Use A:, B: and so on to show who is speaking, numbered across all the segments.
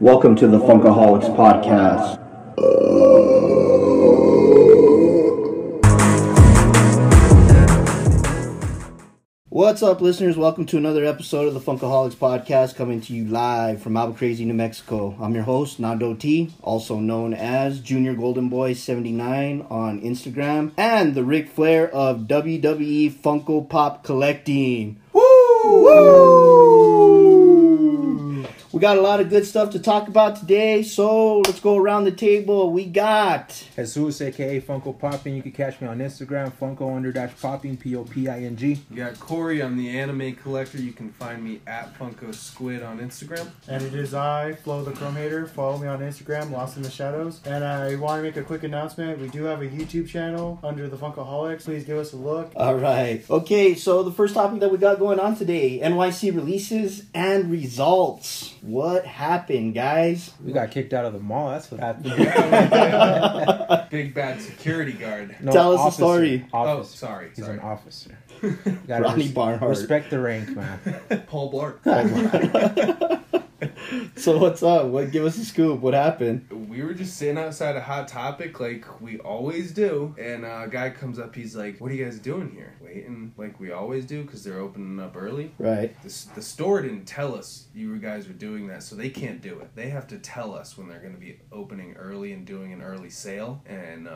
A: Welcome to the Funkaholics Podcast. What's up, listeners? Welcome to another episode of the Funkaholics Podcast coming to you live from Albuquerque, New Mexico. I'm your host, Nando T, also known as Junior Golden Boy 79 on Instagram, and the Ric Flair of WWE Funko Pop Collecting. Woo! We got a lot of good stuff to talk about today, so let's go around the table. We got
B: Jesus, aka Funko Poppin. You can catch me on Instagram, Funko under dash popping, P O P I N G.
C: Yeah, Corey, I'm the anime collector. You can find me at Funko Squid on Instagram.
D: And it is I, Flo the Chrome Hater. Follow me on Instagram, Lost in the Shadows. And I want to make a quick announcement. We do have a YouTube channel under the Funkaholics. Please give us a look.
A: All right. Okay, so the first topic that we got going on today NYC releases and results. What happened, guys?
B: We got kicked out of the mall. That's what happened.
C: Big bad security guard.
B: No,
A: Tell us the story.
C: Oh,
B: Officer.
C: sorry,
B: He's
C: sorry.
B: an officer. Gotta
A: Ronnie
B: res-
A: Barnhart.
B: Respect the rank, man. Oh
C: Paul Blart.
A: So, what's up? What Give us a scoop. What happened?
C: we were just sitting outside a hot topic like we always do and uh, a guy comes up he's like what are you guys doing here waiting like we always do because they're opening up early
A: Right.
C: the, s- the store didn't tell us you guys were doing that so they can't do it they have to tell us when they're going to be opening early and doing an early sale and uh,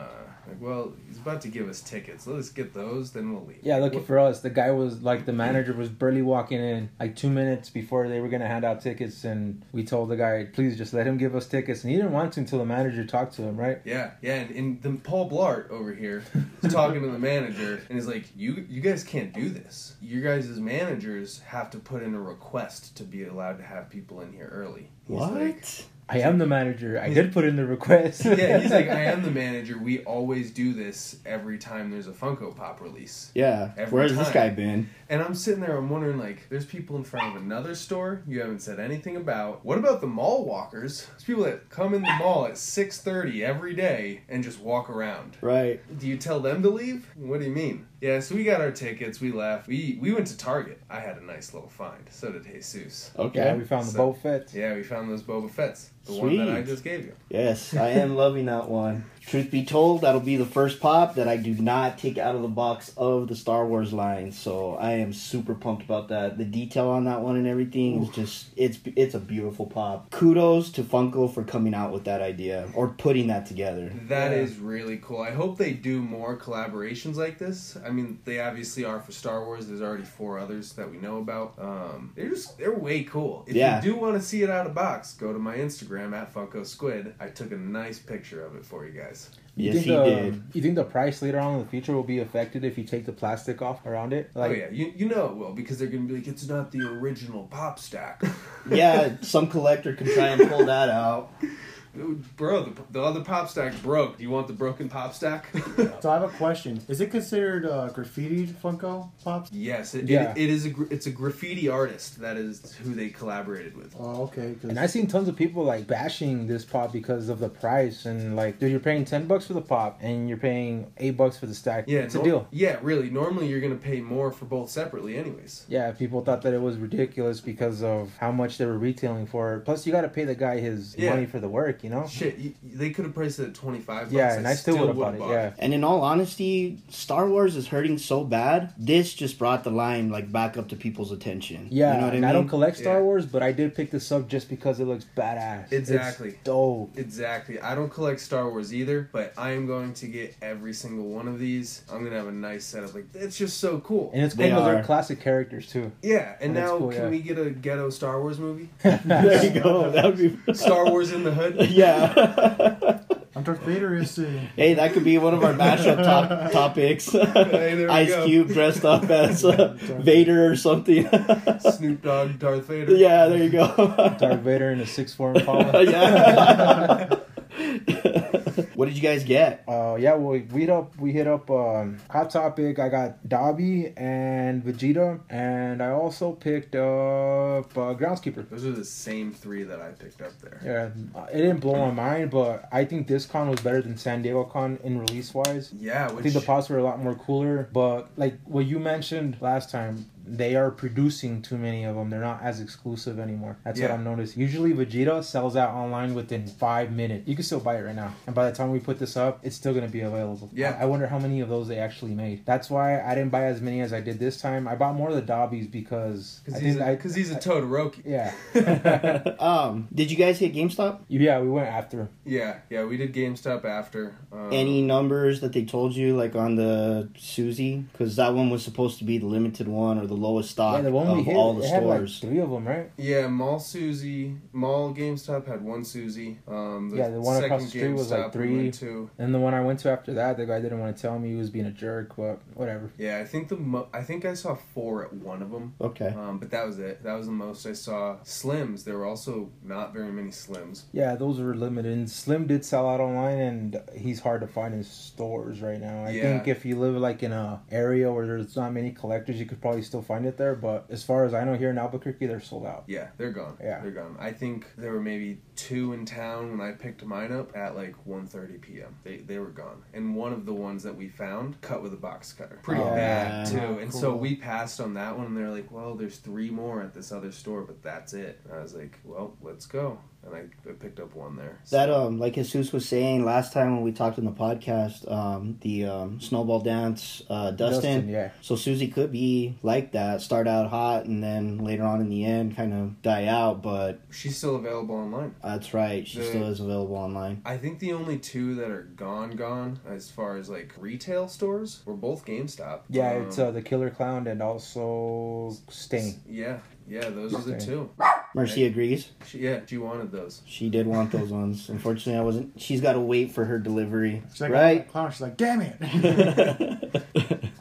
C: like well he's about to give us tickets let us get those then we'll leave
B: Yeah, lucky for us, the guy was like the manager was barely walking in like two minutes before they were gonna hand out tickets, and we told the guy, please just let him give us tickets, and he didn't want to until the manager talked to him, right?
C: Yeah, yeah, and, and then Paul Blart over here is talking to the manager and is like, "You you guys can't do this. You guys as managers have to put in a request to be allowed to have people in here early." He's
A: What?
C: like-
B: I am the manager. I did put in the request.
C: yeah, he's like, "I am the manager. We always do this every time there's a Funko Pop release."
A: yeah.
C: Every
A: Where's this
C: time.
A: guy been?
C: And I'm sitting there, I'm wondering, like, there's people in front of another store you haven't said anything about. What about the mall walkers? There's people that come in the mall at 6.30 every day and just walk around.
A: Right.
C: Do you tell them to leave? What do you mean? Yeah, so we got our tickets, we left. We we went to Target. I had a nice little find. So did Jesus.
B: Yeah,
A: Okay.
B: we found the
C: So-
B: boat fit.
C: Yeah, we found those Boba Fett's. The one that I
A: Sweet.
C: just gave you.
A: Yes, I am loving that one. Truth be told, that'll be the first pop that I do not take out of the box of the Star Wars line. So I am super pumped about that. The detail on that one and everything is just it's it's a beautiful pop. Kudos to Funko for coming out with that idea or putting that together.
C: That
B: Yeah.
C: is really cool. I hope they do more collaborations like this. I mean, they obviously are for Star Wars. There's already four others that we know about. Um, they're just they're way cool. If
A: Yeah.
C: you do want to see it out of box, go to my Instagram at Funko Squid. I took a nice picture of it for you guys.
A: Yes,
B: think
A: he
B: the,
A: did.
B: You think the price later on in the future will be affected if you take the plastic off around it? Like,
C: oh yeah, you you know it will because they're gonna be like it's not the original pop stack,
A: Yeah, some collector can try and pull that out.
C: bro. The, the other pop stack broke. Do you want the broken pop stack?
D: So I have a question. Is it considered uh, graffitied Funko Pops?
C: yes, it,
B: Yeah.
C: it, it is a gr- it's a graffiti artist that is who they collaborated with.
D: Oh, okay. 'cause-
B: And I seen tons of people like bashing this pop because of the price and like, dude, you're paying ten bucks for the pop and you're paying eight bucks for the stack.
C: Yeah,
B: it's a
C: nor-
B: deal.
C: Yeah, really. Normally, you're gonna pay more for both separately, anyways.
B: Yeah, people thought that it was ridiculous because of how much they were retailing for. it. Plus, you got to pay the guy his
C: Yeah.
B: money for the work, you know.
C: Shit, you, they could have priced it at twenty five.
B: Yeah, and I still, would have bought it. Yeah,
A: And in all honesty, Star Wars is hurting so bad. This just brought the line like back up to people's attention.
B: yeah.
A: you know what I
B: and
A: mean.
B: I don't collect Star
C: Yeah.
B: Wars, but I did pick this up just because it looks badass. It's
C: Exactly.
B: dope.
C: Exactly. I don't collect Star Wars either, but I am going to get every single one of these. I'm gonna have a nice setup. Like that's just so cool.
B: And it's cool
A: They
B: because they're
A: are.
B: classic characters too.
C: yeah, and
B: and it's
C: now
B: cool,
C: can
B: yeah.
C: we get a ghetto Star Wars movie?
A: there you go. That would be.
C: Star Wars in the Hood.
A: yeah.
D: I'm Darth Vader is uh,
A: Hey, that could be one of our mashup top, topics.
C: there we
A: Ice
C: go.
A: Cube dressed up as uh, Vader or something.
C: Snoop Dogg, Darth Vader.
A: yeah, there you go.
B: Darth Vader in a six form Impala.
A: yeah. what did you guys get?
B: Uh, yeah, well, we hit up we hit up um, Hot Topic. I got Dobby and Vegeta, and I also picked up uh, Groundskeeper.
C: Those are the same three that I picked up there.
B: Yeah, it didn't blow my mind, but I think this con was better than San Diego con in release wise.
C: Yeah,
B: I
C: which
B: think the pops were a lot more cooler, but like what you mentioned last time, they are producing too many of them. They're not as exclusive anymore. That's what
C: Yeah.
B: I'm noticing. Usually Vegeta sells out online within five minutes. You can still buy it right now, and by the time we put this up, it's still gonna be available.
C: Yeah.
B: I, I wonder how many of those they actually made. That's why I didn't buy as many as I did this time. I bought more of the Dobbies because I
C: Because he's,
B: think
C: a-
B: I-
C: 'cause he's a Todoroki.
B: yeah
A: um, did you guys hit GameStop?
B: yeah we went after. 'em.
C: Yeah, yeah, we did GameStop after. Um,
A: Any numbers that they told you, like on the Suzy? Because that one was supposed to be the limited one or the lowest stock
B: Yeah, the one
A: of
B: we hit,
A: all the
B: it had like
A: stores.
B: three of them, right?
C: Yeah, Mall Susie, Mall GameStop had one Susie. Um,
B: Yeah, the one across
C: second
B: the street was, like,
C: GameStop we went
B: three.
C: to.
B: And the one I went to after that, the guy didn't want to tell me he was being a jerk, but whatever.
C: Yeah, I think the mo- I think I saw four at one of them.
A: okay.
C: Um, but that was it. That was the most I saw. Slims. There were also not very many Slims.
B: Yeah, those were limited. And Slim did sell out online, and he's hard to find in stores right now. I
C: Yeah.
B: think if you live like in a area where there's not many collectors, you could probably still find it there. But as far as I know, here in Albuquerque, they're sold out.
C: Yeah, they're gone.
B: Yeah.
C: they're gone. I think there were maybe two in town when I picked mine up at like 1.30 p.m. They they were gone. And one of the ones that we found cut with a box cutter, pretty
B: Oh,
C: bad
A: yeah.
C: too.
D: Oh,
C: And so
D: cool.
C: we passed on that one, and they're like, "Well, there's three more at this other store, but that's it." And I was like, "Well, let's go." And I, I picked up one there.
A: That um, like Jesus was saying last time when we talked on the podcast, um, the um, snowball dance, uh, Dustin.
B: yeah.
A: So Susie could be like that, start out hot and then later on in the end kind of die out. But
C: She's still available online.
A: that's right, she
C: The-
A: still is available online.
C: I think the only two that are gone, gone as far as like retail stores were both GameStop.
B: Yeah,
C: Um,
B: it's uh, the Killer Clown and also Sting.
C: yeah, yeah. Those are the
B: Okay.
C: two.
A: Mercy agrees.
C: She, yeah, she wanted those.
A: She did want those ones. Unfortunately, I wasn't. She's got to wait for her delivery,
D: She's like,
A: right?
D: Clown. She's like, damn it.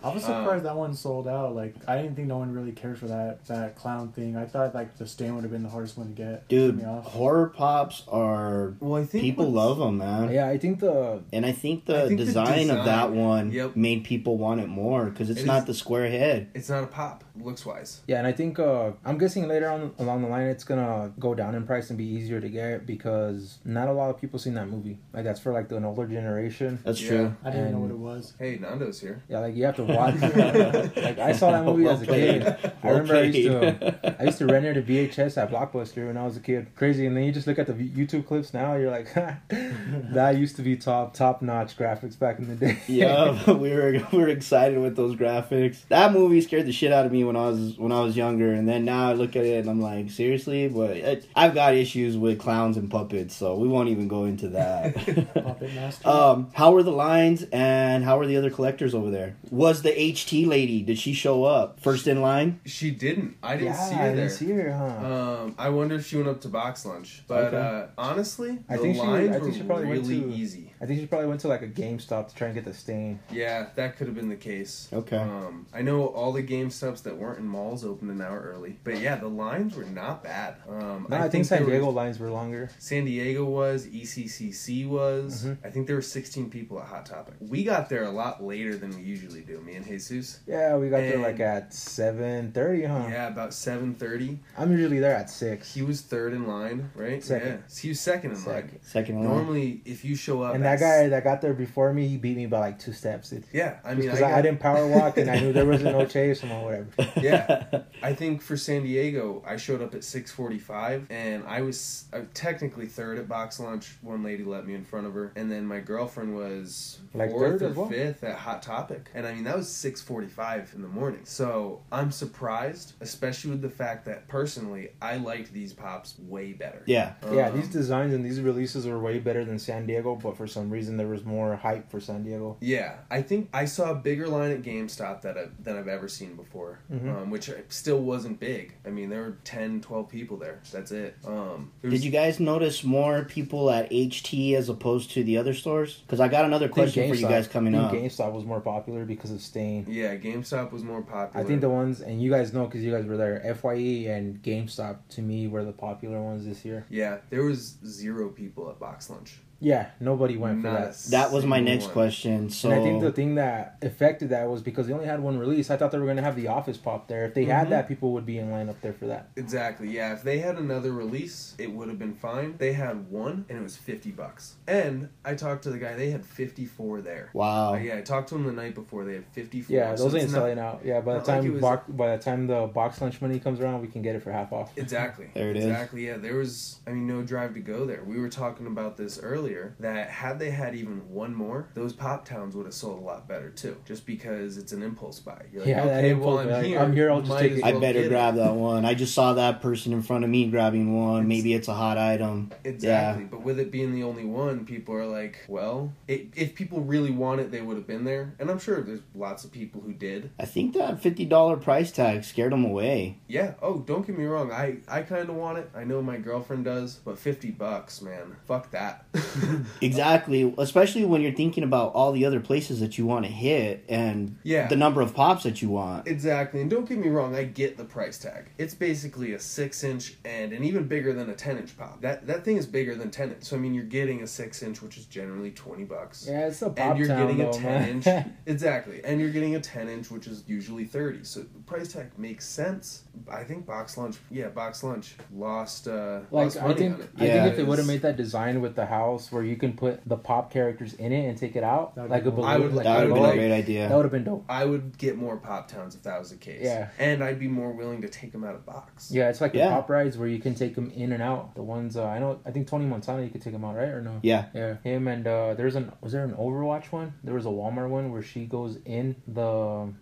D: I was surprised that one sold out. Like, I didn't think no one really cared for that that clown thing. I thought like the stand would have been the hardest one to get.
A: Dude,
D: Pissed me off.
A: horror pops are
C: Well, I think
A: people love them, man.
B: Yeah, I think the
A: And I think the
C: I think the
A: design of that
C: design-
A: one
C: Yep.
A: made people want it more because it's
C: It
A: not
C: is-
A: the square head.
C: It's not a pop, looks wise.
B: Yeah, and I think uh, I'm guessing later on along the line it's gonna go down in price and be easier to get because not a lot of people seen that movie. Like that's for like an older generation.
A: That's
C: Yeah.
A: true.
D: I didn't know
B: and-
D: what it was.
C: Hey, Nando's here.
B: Yeah, like you have to watch. like I saw that movie as a kid. I remember I used to I used to rent it to VHS at Blockbuster when I was a kid. Crazy, and then you just look at the YouTube clips now. You're like, that used to be top top notch graphics back in the day.
A: yeah, we were we were excited with those graphics. That movie scared the shit out of me when I was when I was younger, and then now I look at it and I'm like, seriously. But it, I've got issues with clowns and puppets, so we won't even go into that.
D: Puppet Master.
B: Oh.
A: um, how were the lines, and how were the other collectors over there? Was the HT lady? Did she show up first in line?
C: She didn't. I didn't
B: Yeah,
C: see her
B: I
C: there.
B: didn't see her, huh?
C: Um, I wonder if she went up to box lunch. But
A: Okay.
C: uh, honestly,
B: I
C: the
B: think she- I
C: lines
B: think
C: were
B: she probably went
C: really
B: to-
C: easy.
B: I think she probably went to like a GameStop to try and get the stain.
C: Yeah, that could have been the case.
A: Okay.
C: Um, I know all the game stops that weren't in malls opened an hour early, but yeah, the lines were not bad. Um,
B: No, I, think, San
C: there was-
B: Diego lines were longer.
C: San Diego was, E ECCC was.
B: Mhm.
C: I think there were 16 people at Hot Topic. We got there a lot later than we usually do, me and Jesus.
B: Yeah, we got there
C: And-
B: like at seven thirty, huh?
C: Yeah, about 7:30.
B: I'm usually there at six.
C: He was third in line, right?
B: Second.
C: Yeah. He was second in
B: Second.
C: line.
A: Second in line.
C: Normally, if you show up,
B: and that
C: at-
B: guy that got there before me, he beat me by like two steps. It,
C: oh, Yeah, I mean, I,
B: because I,
C: got,
B: I didn't power walk, and I knew there was no chase or whatever.
C: Yeah. I think for San Diego, I showed up at 6:45, and I was uh, technically third at box lunch. One lady let me in front of her, and then my girlfriend was
B: Like
C: fourth
B: third as
C: or
B: well?
C: fifth at Hot Topic, and I mean that was 6:45 in the morning. So I'm surprised, especially with the fact that personally, I liked these pops way better.
A: yeah.
B: yeah,
C: Um,
B: these designs and these releases were way better than San Diego, but for some reason there was more hype for San Diego.
C: Yeah, I think I saw a bigger line at GameStop that I've, than I've ever seen before,
B: Mhm.
C: um, which still wasn't big. I mean, there were 10, 12 people there. That's it. Um, there was-
A: Did you guys notice more people at HT as opposed to the other stores? Because I got another question for you guys coming
B: I
A: up.
B: think GameStop was more popular because of Stain.
C: Yeah, GameStop was more popular.
B: I think the ones, and you guys know because you guys were there, FYE and GameStop to me were the popular ones this year.
C: yeah, there was zero people at box lunch.
B: Yeah, nobody went for
C: Not
B: that.
C: a
A: That was my
C: single
A: next
C: one.
A: question. So
B: And I think the thing that affected that was because they only had one release. I thought they were gonna have The Office pop there. If they had that, people would be in line up there for that.
C: Exactly. Yeah. If they had another release, it would have been fine. They had one, and it was fifty bucks. And I talked to the guy; they had fifty-four there.
A: wow,
C: Uh, yeah, I talked to him the night before. They had fifty-four.
B: Yeah,
C: so
B: those
C: it's
B: ain't
C: not-
B: selling out. Yeah, by the
C: not like it
B: time
C: was-
B: box, by the time the box lunch money comes around, we can get it for half off.
C: Exactly.
A: There it is.
C: exactly, Yeah. There was, I mean, no drive to go there. We were talking about this earlier that had they had even one more, those pop towns would have sold a lot better too, just because it's an impulse buy. You're like,
B: Yeah, that
C: okay,
B: impulse
C: well,
B: buy,
C: I'm
B: like,
C: here.
B: I'm here, I'll just
C: might
B: take
C: as
B: it.
A: I
C: well
A: better
C: get it.
A: grab that one. I just saw that person in front of me grabbing one. Maybe it's a hot item.
C: Exactly. But with it being the only one, people are like, well, it, if people really want it, they would have been there. And I'm sure there's lots of people who did.
A: I think that fifty dollar price tag scared them away.
C: Yeah. Oh, don't get me wrong. I, I kind of want it. I know my girlfriend does. But 50 bucks, man. Fuck that.
A: Exactly, especially when you're thinking about all the other places that you want to hit and
C: Yeah.
A: the number of pops that you want.
C: Exactly, and don't get me wrong, I get the price tag. It's basically a six inch and and even bigger than a ten inch pop. That that thing is bigger than ten inch. So I mean, you're getting a six inch, which is generally twenty bucks.
B: Yeah, it's a pop
C: And you're
B: town,
C: getting
B: though,
C: a ten
B: man.
C: inch, exactly, and you're getting a ten inch, which is usually thirty. So the price tag makes sense. I think box lunch, yeah, box lunch lost uh,
B: Like
C: lost
B: I
C: money
B: think,
C: on it.
B: I
A: Yeah.
B: think if they would have made that design with the house where you can put the pop characters in it and take it out,
D: That'd
B: like
D: be
B: a
D: cool.
B: balloon,
C: I
B: like
C: would like-
A: that would have been a
C: like-
A: great idea.
B: that would have been dope.
C: I would get more pop towns if that was the case.
B: Yeah.
C: and I'd be more willing to take them out of box.
B: Yeah, it's like
A: Yeah.
B: the pop rides where you can take them in and out. The ones uh, I know, I think Tony Montana, you could take him out, right or no?
A: yeah,
B: Yeah, him and uh, there's an was there an Overwatch one? There was a Walmart one where she goes in the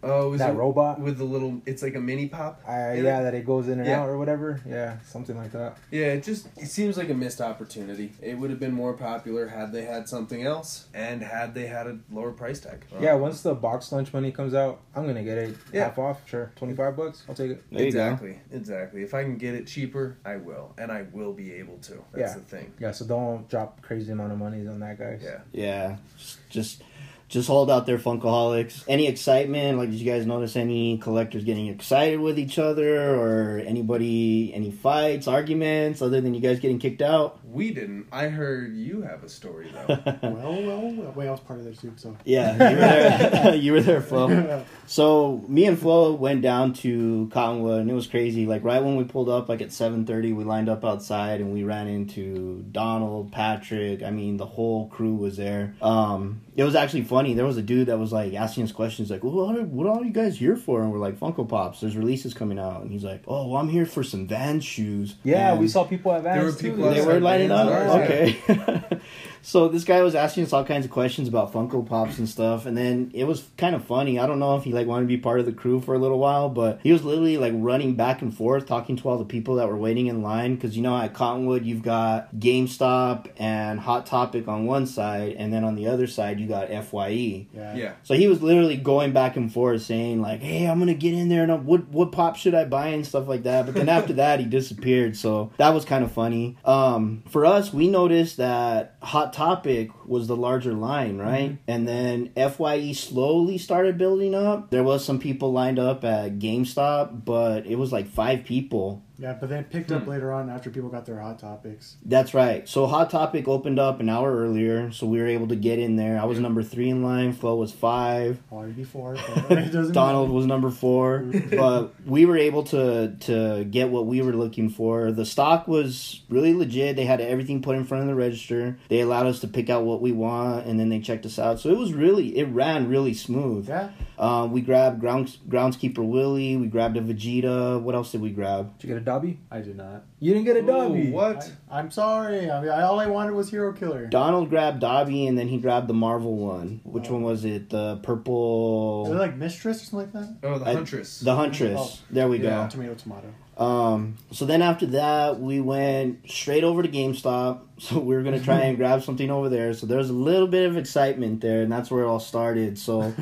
C: Oh, is
B: that
C: it
B: robot.
C: with the little? It's like a mini pop.
B: I,
C: in
B: yeah,
C: it?
B: that it goes in and
C: Yeah.
B: out or whatever. Yeah, something like that.
C: Yeah, it just it seems like a missed opportunity. It would have been more popular had they had something else and had they had a lower price tag.
B: Yeah,
C: Um,
B: once the box lunch money comes out, I'm gonna get it
C: Yeah.
B: half off. Sure, twenty five bucks, I'll take it.
A: there you go.
C: exactly, exactly. If I can get it cheaper, I will, and I will be able to. That's
B: Yeah.
C: the thing.
B: Yeah, so don't drop crazy amount of monies on that, guys.
C: Yeah.
A: Yeah, just- just just hold out there, Funkaholics. Any excitement? Like, did you guys notice any collectors getting excited with each other, or anybody any fights, arguments, other than you guys getting kicked out?
C: We didn't. I heard you have a story though.
D: Well, well, well, wait, I was part of this group, so.
A: Yeah, you were there. you were there, Flo. So me and Flo went down to Cottonwood, and it was crazy. Like right when we pulled up, like at seven thirty, we lined up outside, and we ran into Donald, Patrick. I mean, the whole crew was there. Um, it was actually funny. There was a dude that was like asking us questions, like, "What are, what are you guys here for?" And we're like, "Funko Pops. There's releases coming out." And he's like, "Oh, well, I'm here for some Vans shoes."
B: Yeah,
A: And-
B: we saw people at Vans
C: There were
B: too.
C: people
A: they
C: outside
A: were lining up.
C: Vans,
B: yeah.
A: Okay. so this guy was asking us all kinds of questions about Funko Pops and stuff, and then it was kind of funny. I don't know if he like wanted to be part of the crew for a little while, but he was literally like running back and forth talking to all the people that were waiting in line because you know at Cottonwood you've got GameStop and Hot Topic on one side, and then on the other side you got E. Fye.
D: Yeah.
C: yeah.
A: So he was literally going back and forth saying like, "Hey, I'm gonna get in there and I'm, what what pop should I buy and stuff like that." But then after that, he disappeared. So that was kind of funny. Um, for us, we noticed that Hot Topic was the larger line, right? And then Fye slowly started building up. There was some people lined up at GameStop, but it was like five people.
D: Yeah, but then picked up later on after people got their hot topics.
A: That's right. So Hot Topic opened up an hour earlier, so we were able to get in there. I was number three in line. Flo was five.
D: Already before. but it doesn't
A: Donald was number four, but we were able to to get what we were looking for. The stock was really legit. They had everything put in front of the register. They allowed us to pick out what we want, and then they checked us out. So it was really it ran really smooth.
D: Yeah.
A: Uh, we grabbed grounds groundskeeper Willie. We grabbed a Vegeta. What else did we grab?
B: Did you get a Dobby?
D: I did not.
B: You didn't get a Dobby.
C: Ooh, what?
D: I, am sorry. I mean, I, all I wanted was Hero Killer.
A: Donald grabbed Dobby, and then he grabbed the Marvel one. Which one was it? The
D: Is it
A: purple,
D: like Oh. Mistress or something like that?
C: Oh, the
A: I-
C: Huntress.
A: the Huntress. There we go.
C: Yeah.
D: Tomato, tomato.
A: Um, so then after that, we went straight over to GameStop. So we were gonna try and grab something over there. So there was a little bit of excitement there, and that's where it all started. So,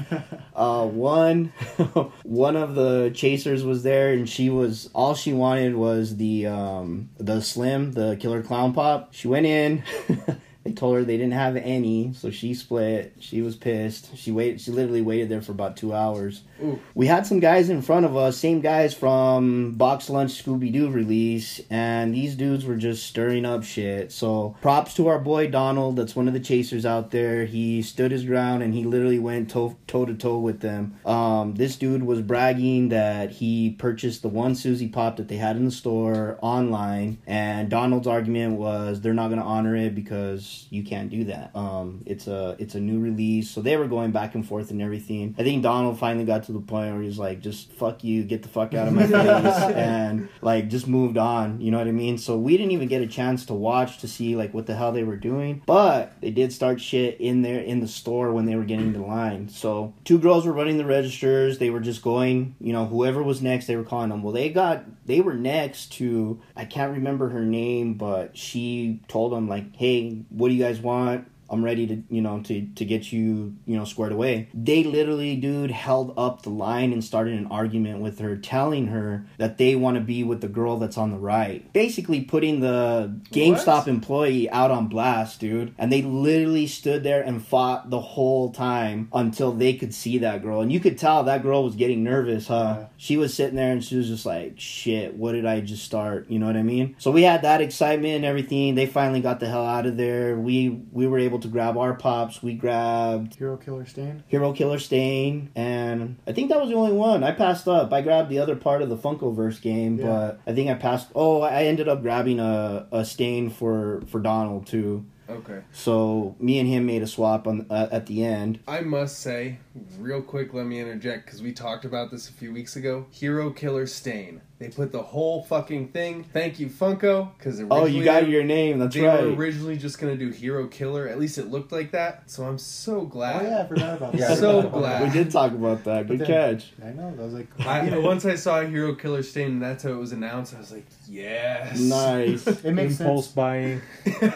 A: uh, one, one of the chasers was there, and she was all she wanted was the um the slim, the killer clown pop. She went in. They told her they didn't have any, so she split. She was pissed. She waited. She literally waited there for about two hours.
C: Ooh.
A: We had some guys in front of us, same guys from Box Lunch Scooby Doo release, and these dudes were just stirring up shit. So props to our boy Donald. That's one of the chasers out there. He stood his ground and he literally went toe to toe with them. Um, this dude was bragging that he purchased the one Susie Pop that they had in the store online, and Donald's argument was they're not gonna honor it because you can't do that. Um, it's a it's a new release, so they were going back and forth and everything. I think Donald finally got to the point where he was like, "Just fuck you, get the fuck out of my face," and like just moved on. You know what I mean? So we didn't even get a chance to watch to see like what the hell they were doing, but they did start shit in there in the store when they were getting the line. So two girls were running the registers. They were just going, you know, whoever was next, they were calling them. Well, they got they were next to I can't remember her name, but she told them like, "Hey, what do you guys want?" I'm ready to you know to to get you you know squared away. They literally, dude, held up the line and started an argument with her, telling her that they want to be with the girl that's on the right, basically putting the GameStop
C: What?
A: employee out on blast, dude. And they literally stood there and fought the whole time until they could see that girl, and you could tell that girl was getting nervous, huh?
D: Yeah.
A: She was sitting there and she was just like, "Shit, what did I just start?" You know what I mean? So we had that excitement and everything. They finally got the hell out of there. We we were able to grab our pops. We grabbed
D: Hero Killer Stain.
A: Hero Killer Stain, and I think that was the only one. I passed up. I grabbed the other part of the Funkoverse game,
D: Yeah.
A: but I think I passed. Oh, I ended up grabbing a, a Stain for for Donald too.
C: Okay.
A: So me and him made a swap on uh, at the end.
C: I must say, real quick, let me interject because we talked about this a few weeks ago. Hero Killer Stain. They put the whole fucking thing. Thank you, Funko, because
A: Oh, you got your name. That's
C: They were
A: right.
C: originally just gonna do Hero Killer. At least it looked like that. So I'm so
D: Oh
C: glad.
D: yeah, I forgot about
B: Yeah,
D: that.
B: so
C: glad.
A: We did talk about that. Good
D: But then-
A: catch.
D: I know. I was like,
C: I, once I saw Hero Killer Stain and that's how it was announced, I was like, yes.
A: Nice.
D: it makes
B: impulse
D: sense.
B: buying.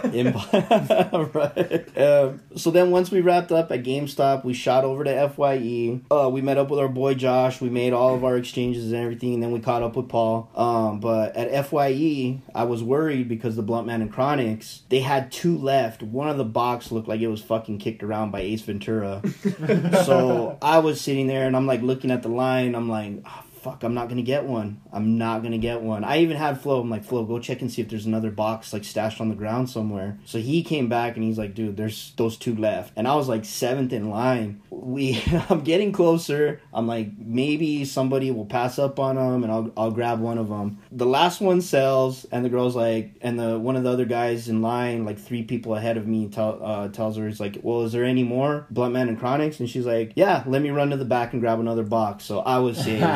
A: Imp- right. Um, so then once we wrapped up at GameStop, we shot over to Fye. Uh, we met up with our boy Josh. We made all of our exchanges and everything, and then we caught up with Paul. Um, but at Fye, I was worried because the Blunt Man and Chronics they had two left. One of the box looked like it was fucking kicked around by Ace Ventura. so I was sitting there and I'm like looking at the line. I'm like, "Ah, fuck, I'm not gonna get one. I'm not gonna get one. I even had Flo. I'm like, Flo, go check and see if there's another box like stashed on the ground somewhere. So he came back and he's like, dude, there's those two left. And I was like seventh in line. We, I'm getting closer. I'm like, maybe somebody will pass up on them and I'll I'll grab one of them. The last one sells, and the girl's like, and the one of the other guys in line, like three people ahead of me, tell uh, tells her he's like, well, is there any more Blunt Man and Chronics? And she's like, yeah, let me run to the back and grab another box. So I was saved.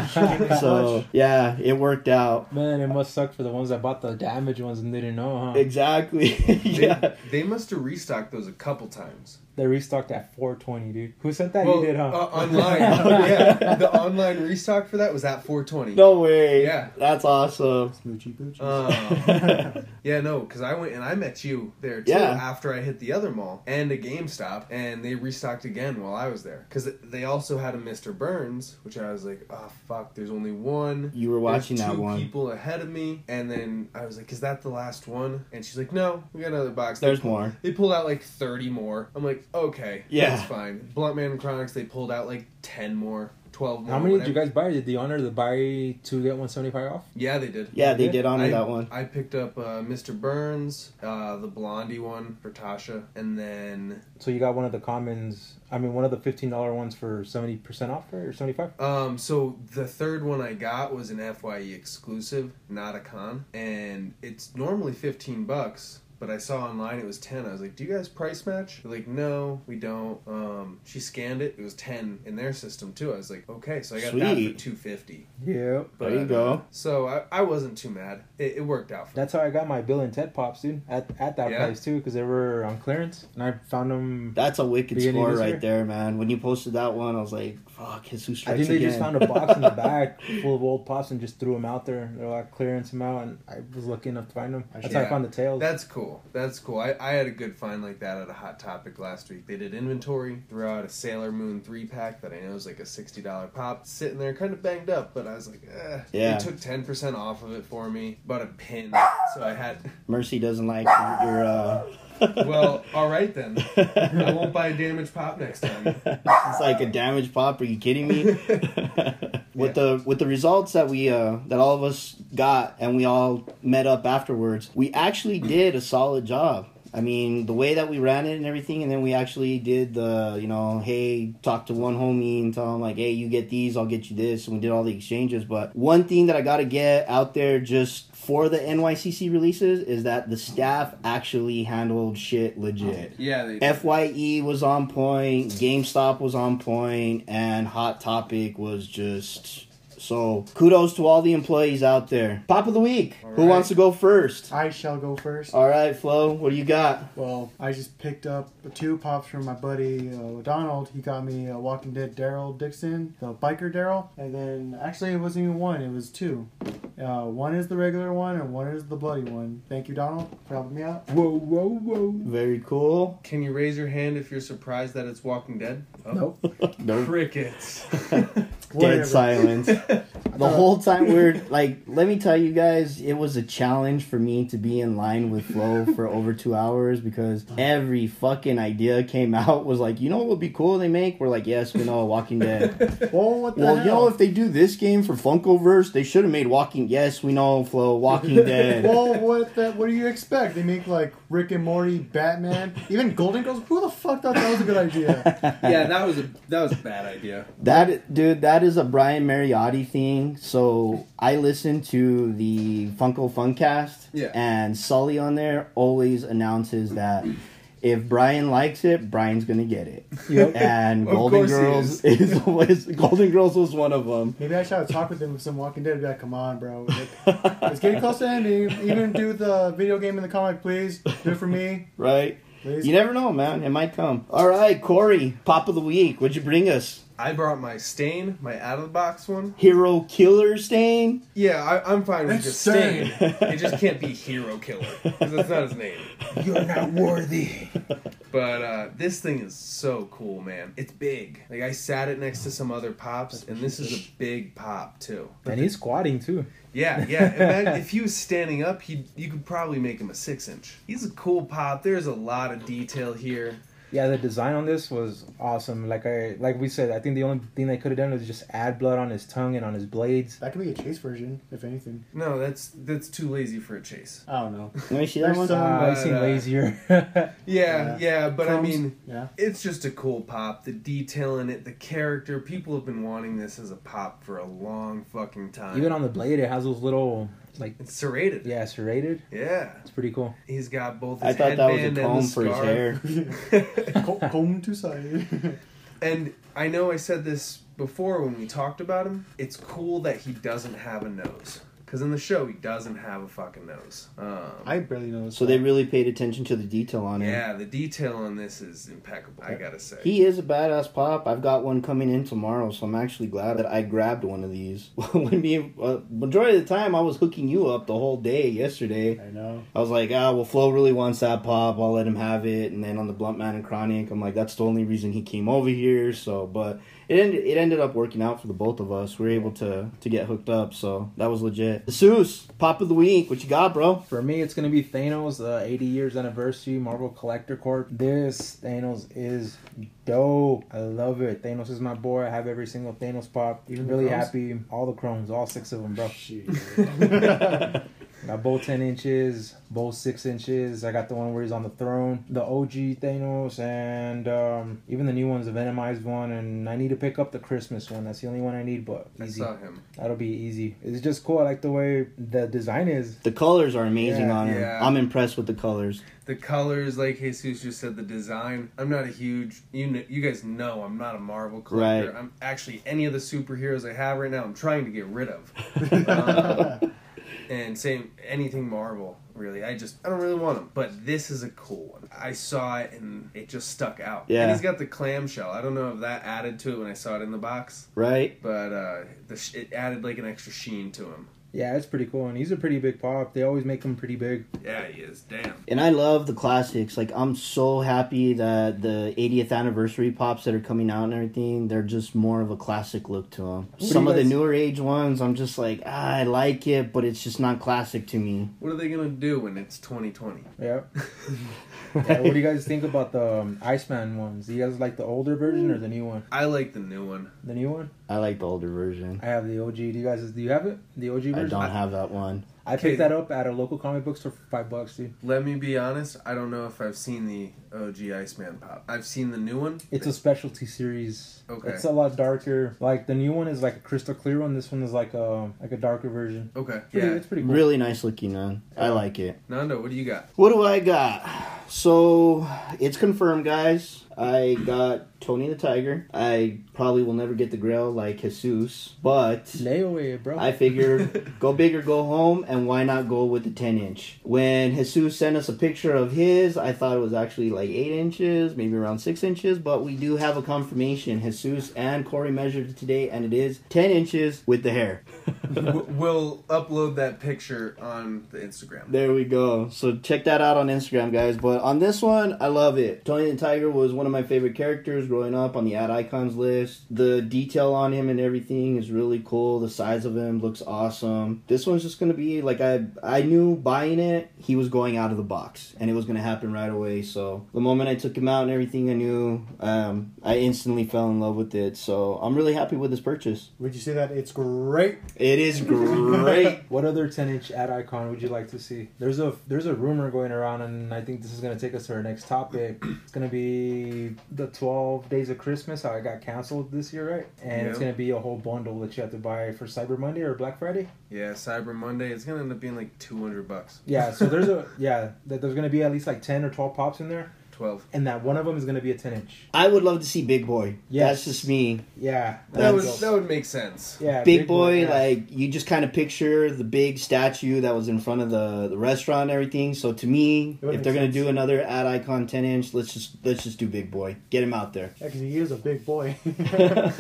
A: so yeah, it worked out
B: Man, it must suck for the ones that bought the damaged ones and they didn't know, huh?
A: exactly.
C: They,
A: yeah.
C: they must have restocked those a couple times.
B: They restocked at 420, dude. Who sent that?
C: well,
B: you did, huh?
C: uh, online. yeah. The online restock for that was at 420.
A: No way.
C: Yeah.
A: That's awesome.
D: Moochie poochies.
C: Um, yeah, no, because I went and I met you there too
A: Yeah.
C: after I hit the other mall and a GameStop, and they restocked again while I was there because they also had a Mr. Burns, which I was like, oh fuck, there's only one.
A: You were
C: There's
A: watching that
C: two
A: one.
C: people ahead of me, and then I was like, "Is that the last one?" And she's like, "No, we got another box." They
A: There's
C: pull-
A: more.
C: They pulled out like thirty more. I'm like, "Okay,
A: Yeah.
C: that's fine." Blunt Man Chronics, they pulled out like ten more, twelve more.
B: How many did you
C: whatever.
B: guys buy? Did the honor the buy two get 175 off?
C: Yeah, they did.
A: Yeah, they did honor
C: I,
A: that one.
C: I picked up uh, Mr. Burns, uh, the Blondie one for Tasha, and then
B: So you got one of the commons. I mean, one of the fifteen dollar ones for seventy percent off right? or seventy five.
C: um, so the third one I got was an Fye exclusive, not a con, and it's normally fifteen bucks. But I saw online it was ten. I was like, "Do you guys price match?" They're like, "No, we don't." Um, she scanned it; it was ten in their system too. I was like, "Okay, so I got that for
A: Sweet.
C: two fifty.
B: Yep.
A: There you go.
C: So I, I wasn't too mad. It, it worked out for me.
B: That's how I got my Bill and Ted pops, dude. At at that
C: Yeah.
B: price too, because they were on clearance, and I found them.
A: That's a wicked
B: Beginning
A: score
B: this
A: right
B: year.
A: there, man. When you posted that one, I was like, "Fuck, Jesus
B: I
A: strikes
B: think they
A: again."
B: just found a box in the back full of old pops and just threw them out there. They're like clearance them out, and I was lucky enough to find them. That's how I
C: Yeah.
B: found the tails.
C: That's cool. That's cool. I, I had a good find like that at a Hot Topic last week. They did inventory, threw out a Sailor Moon 3 pack that I know is like a $60 pop, sitting there kind of banged up, but I was like, eh.
A: Yeah.
C: They took 10% off of it for me, bought a pin. So I had,
A: Mercy doesn't like your uh,
C: well, all right then. I won't buy a damaged pop next time.
A: it's like a damaged pop. Are you kidding me? with the with the results that we uh, that all of us got, and we all met up afterwards. We actually did a solid job. I mean, the way that we ran it and everything, and then we actually did the, you know, hey, talk to one homie and tell him, like, hey, you get these, I'll get you this. And we did all the exchanges. But one thing that I got to get out there just for the NYCC releases is that the staff actually handled shit legit.
C: Yeah, they
A: FYE E was on point, GameStop was on point, and Hot Topic was just. So kudos to all the employees out there. Pop of the week.
C: All
A: Who
C: right.
A: wants to go first?
D: I shall go first.
A: All right, Flo, what do you got?
D: Well, I just picked up two pops from my buddy uh, Donald. He got me uh, Walking Dead Daryl Dixon, the biker Daryl, and then actually it wasn't even one; it was two. Uh, one is the regular one, and one is the bloody one. Thank you, Donald, for helping me out.
B: Whoa, whoa, whoa.
A: Very cool.
C: Can you raise your hand if you're surprised that it's Walking Dead? Oh,
B: Nope.
C: Crickets.
A: Dead
D: Whatever.
A: silence. The
D: Uh,
A: whole time we're like, let me tell you guys, it was a challenge for me to be in line with Flo for over two hours because every fucking idea came out was like, you know what would be cool they make? We're like, yes, we know Walking Dead.
D: Well, what the
A: well,
D: hell?
A: you know, if they do this game for Funkoverse, they should have made Walking. Yes, we know Flo, Walking Dead.
D: well, what the, what do you expect? They make like Rick and Morty, Batman, even Golden Girls. Who the fuck thought that was a good idea?
C: yeah, that was a that was a bad idea.
A: That dude, that is a Brian Mariotti thing. So I listen to the Funko Funcast,
C: Yeah.
A: and Sully on there always announces that if Brian likes it, Brian's gonna get it.
B: Yep.
A: And
C: Of
A: Golden
C: course he
A: Girls is, always Golden Girls was one of them.
D: Maybe I should have talked with him with some Walking Dead. Be like, come on, bro. Like, Let's get close to ending. Even do the video game in the comic, please. Do it for me,
A: Right?
D: please.
A: You never know, man. It might come. All right, Corey, pop of the week. What'd you bring us?
C: I brought my stain, my out of the box one.
A: Hero Killer Stain.
C: Yeah, I, I'm fine with
D: That's
C: just stain. it just can't be hero killer because that's not his name.
B: You're not worthy.
C: But uh, this thing is so cool, man. It's big. Like I sat it next to some other pops, and this is a big pop too.
B: And he's squatting too.
C: Yeah, yeah. Imagine if he was standing up, he you could probably make him a six inch. He's a cool pop. There's a lot of detail here.
B: Yeah, the design on this was awesome. Like I, like we said, I think the only thing they could have done was just add blood on his tongue and on his blades.
D: That could be a chase version, if anything.
C: No, that's that's too lazy for a chase.
D: I don't know.
A: Let me see that
D: There's
A: one.
D: some-
B: Ah, I
C: But,
B: seem
C: uh,
B: lazier.
C: Yeah, yeah.
D: Yeah.
C: but I
D: Crumbs.
C: mean,
D: Yeah.
C: it's just a cool pop. The detail in it, the character. People have been wanting this as a pop for a long fucking time.
B: Even on the blade, it has those little like
C: it's serrated.
B: yeah, serrated.
C: Yeah.
B: It's pretty cool.
C: He's got both
A: I
C: his
A: thought that was a
C: headband
A: comb
C: and the
A: for his
C: scarf.
A: hair.
D: Co- comb to side.
C: And I know I said this before when we talked about him. It's cool that he doesn't have a nose. Because in the show, he doesn't have a fucking nose. Um,
D: I barely know.
A: So they really paid attention to the detail on him.
C: yeah, the detail on this is impeccable, I gotta say.
A: He is a badass pop. I've got one coming in tomorrow, so I'm actually glad that I grabbed one of these. when me, uh, majority of the time, I was hooking you up the whole day yesterday.
D: I know.
A: I was like, ah, well, Flo really wants that pop. I'll let him have it. And then on the Blunt Man and Chronic, I'm like, that's the only reason he came over here. So, but it ended, it ended up working out for the both of us. We were able to to get hooked up, so that was legit. Seuss, pop of the week. What you got, bro?
B: For me, it's gonna be Thanos, the 80 years anniversary Marvel Collector Corp. This Thanos is dope. I love it. Thanos is my boy. I have every single Thanos pop.
D: Even the
B: really
D: chromes?
B: happy. All the chromes, all six of them, bro.
D: Shit.
B: Got both 10 inches, both 6 inches. I got the one where he's on the throne, the OG Thanos, and um, even the new one's a Venomized one. And I need to pick up the Christmas one. That's the only one I need, but
C: I
B: easy.
C: saw him.
B: That'll be easy. It's just cool. I like the way the design is.
A: The colors are amazing
B: Yeah,
A: on him.
C: yeah.
A: I'm impressed with the colors.
C: The colors, like Jesus just said, the design. I'm not a huge. You know, you guys know I'm not a Marvel collector.
A: Right.
C: I'm actually any of the superheroes I have right now. I'm trying to get rid of.
B: Uh-huh.
C: Um, and same anything Marvel really. I just I don't really want them. But this is a cool one. I saw it and it just stuck out.
A: Yeah.
C: And he's got the clamshell. I don't know if that added to it when I saw it in the box,
A: Right?
C: but uh, the sh- it added like an extra sheen to him.
B: Yeah, it's pretty cool, and he's a pretty big pop. They always make him pretty big.
C: Yeah, he is. Damn.
A: And I love the classics. Like I'm so happy that the 80th anniversary pops that are coming out and everything, they're just more of a classic look to them.
B: do
A: Some
B: you
A: of the
B: guys-
A: newer age ones, I'm just like, ah, I like it, but it's just not classic to me.
C: What are they gonna do when it's 2020?
B: Yeah. Yeah, what do you guys think about the um, Iceman ones? Do you guys like the older version or the new one?
C: I like the new one.
B: The new one?
A: I like the older version.
B: I have the OG. Do you guys do you have it? The OG version?
A: I don't have that one.
B: I
C: Okay.
B: picked that up at a local comic book store for five bucks, dude.
C: Let me be honest. I don't know if I've seen the OG Iceman pop. I've seen the new one.
B: It's a specialty series.
C: Okay.
B: It's a lot darker. Like the new one is like a crystal clear one. This one is like a like a darker version.
C: okay.
B: Pretty,
C: Yeah.
B: It's pretty cool.
A: Really nice looking on. I like it.
C: Nando, what do you got?
A: What do I got? So it's confirmed, guys. I got Tony the Tiger. I probably will never get the Grail like Jesus, but
B: Layaway, bro.
A: I figured go big or go home, and why not go with the 10 inch? When Jesus sent us a picture of his, I thought it was actually like 8 inches, maybe around 6 inches, but we do have a confirmation. Jesus and Corey measured it today, and it is 10 inches with the hair.
C: W- we'll upload that picture on the Instagram.
A: There we go. So check that out on Instagram, guys. But on this one, I love it. Tony the Tiger was one of my favorite characters growing up on the ad icons list. The detail on him and everything is really cool. The size of him looks awesome. This one's just gonna be like I I knew buying it, he was going out of the box, and it was gonna happen right away. So the moment I took him out and everything, I knew um, I instantly fell in love with it. So I'm really happy with this purchase.
D: Would you say that it's great?
A: It is great.
B: What other 10 inch ad icon would you like to see? There's a there's a rumor going around, and I think this is gonna take us to our next topic. It's gonna be the 12 Days of Christmas. How it got canceled this year, right? And it's
C: Yeah.
B: gonna be a whole bundle that you have to buy for Cyber Monday or Black Friday.
C: Yeah, Cyber Monday. It's gonna end up being like 200 bucks.
B: Yeah. So there's a yeah that there's gonna be at least like 10 or 12 pops in there,
C: 12.
B: and that one of them is gonna be a 10 inch.
A: I would love to see Big Boy. That's
B: Yes.
A: just me.
B: Yeah.
C: That would
A: was-
C: that would make sense.
B: yeah.
A: big, boy,
B: yeah.
A: like you just kind of picture the big statue that was in front of the, the restaurant and everything so to me
D: It would
A: if
D: make
A: they're gonna
D: sense.
A: do another ad icon 10 inch let's just let's just do big boy get him out there
D: Because he is a big boy.
B: I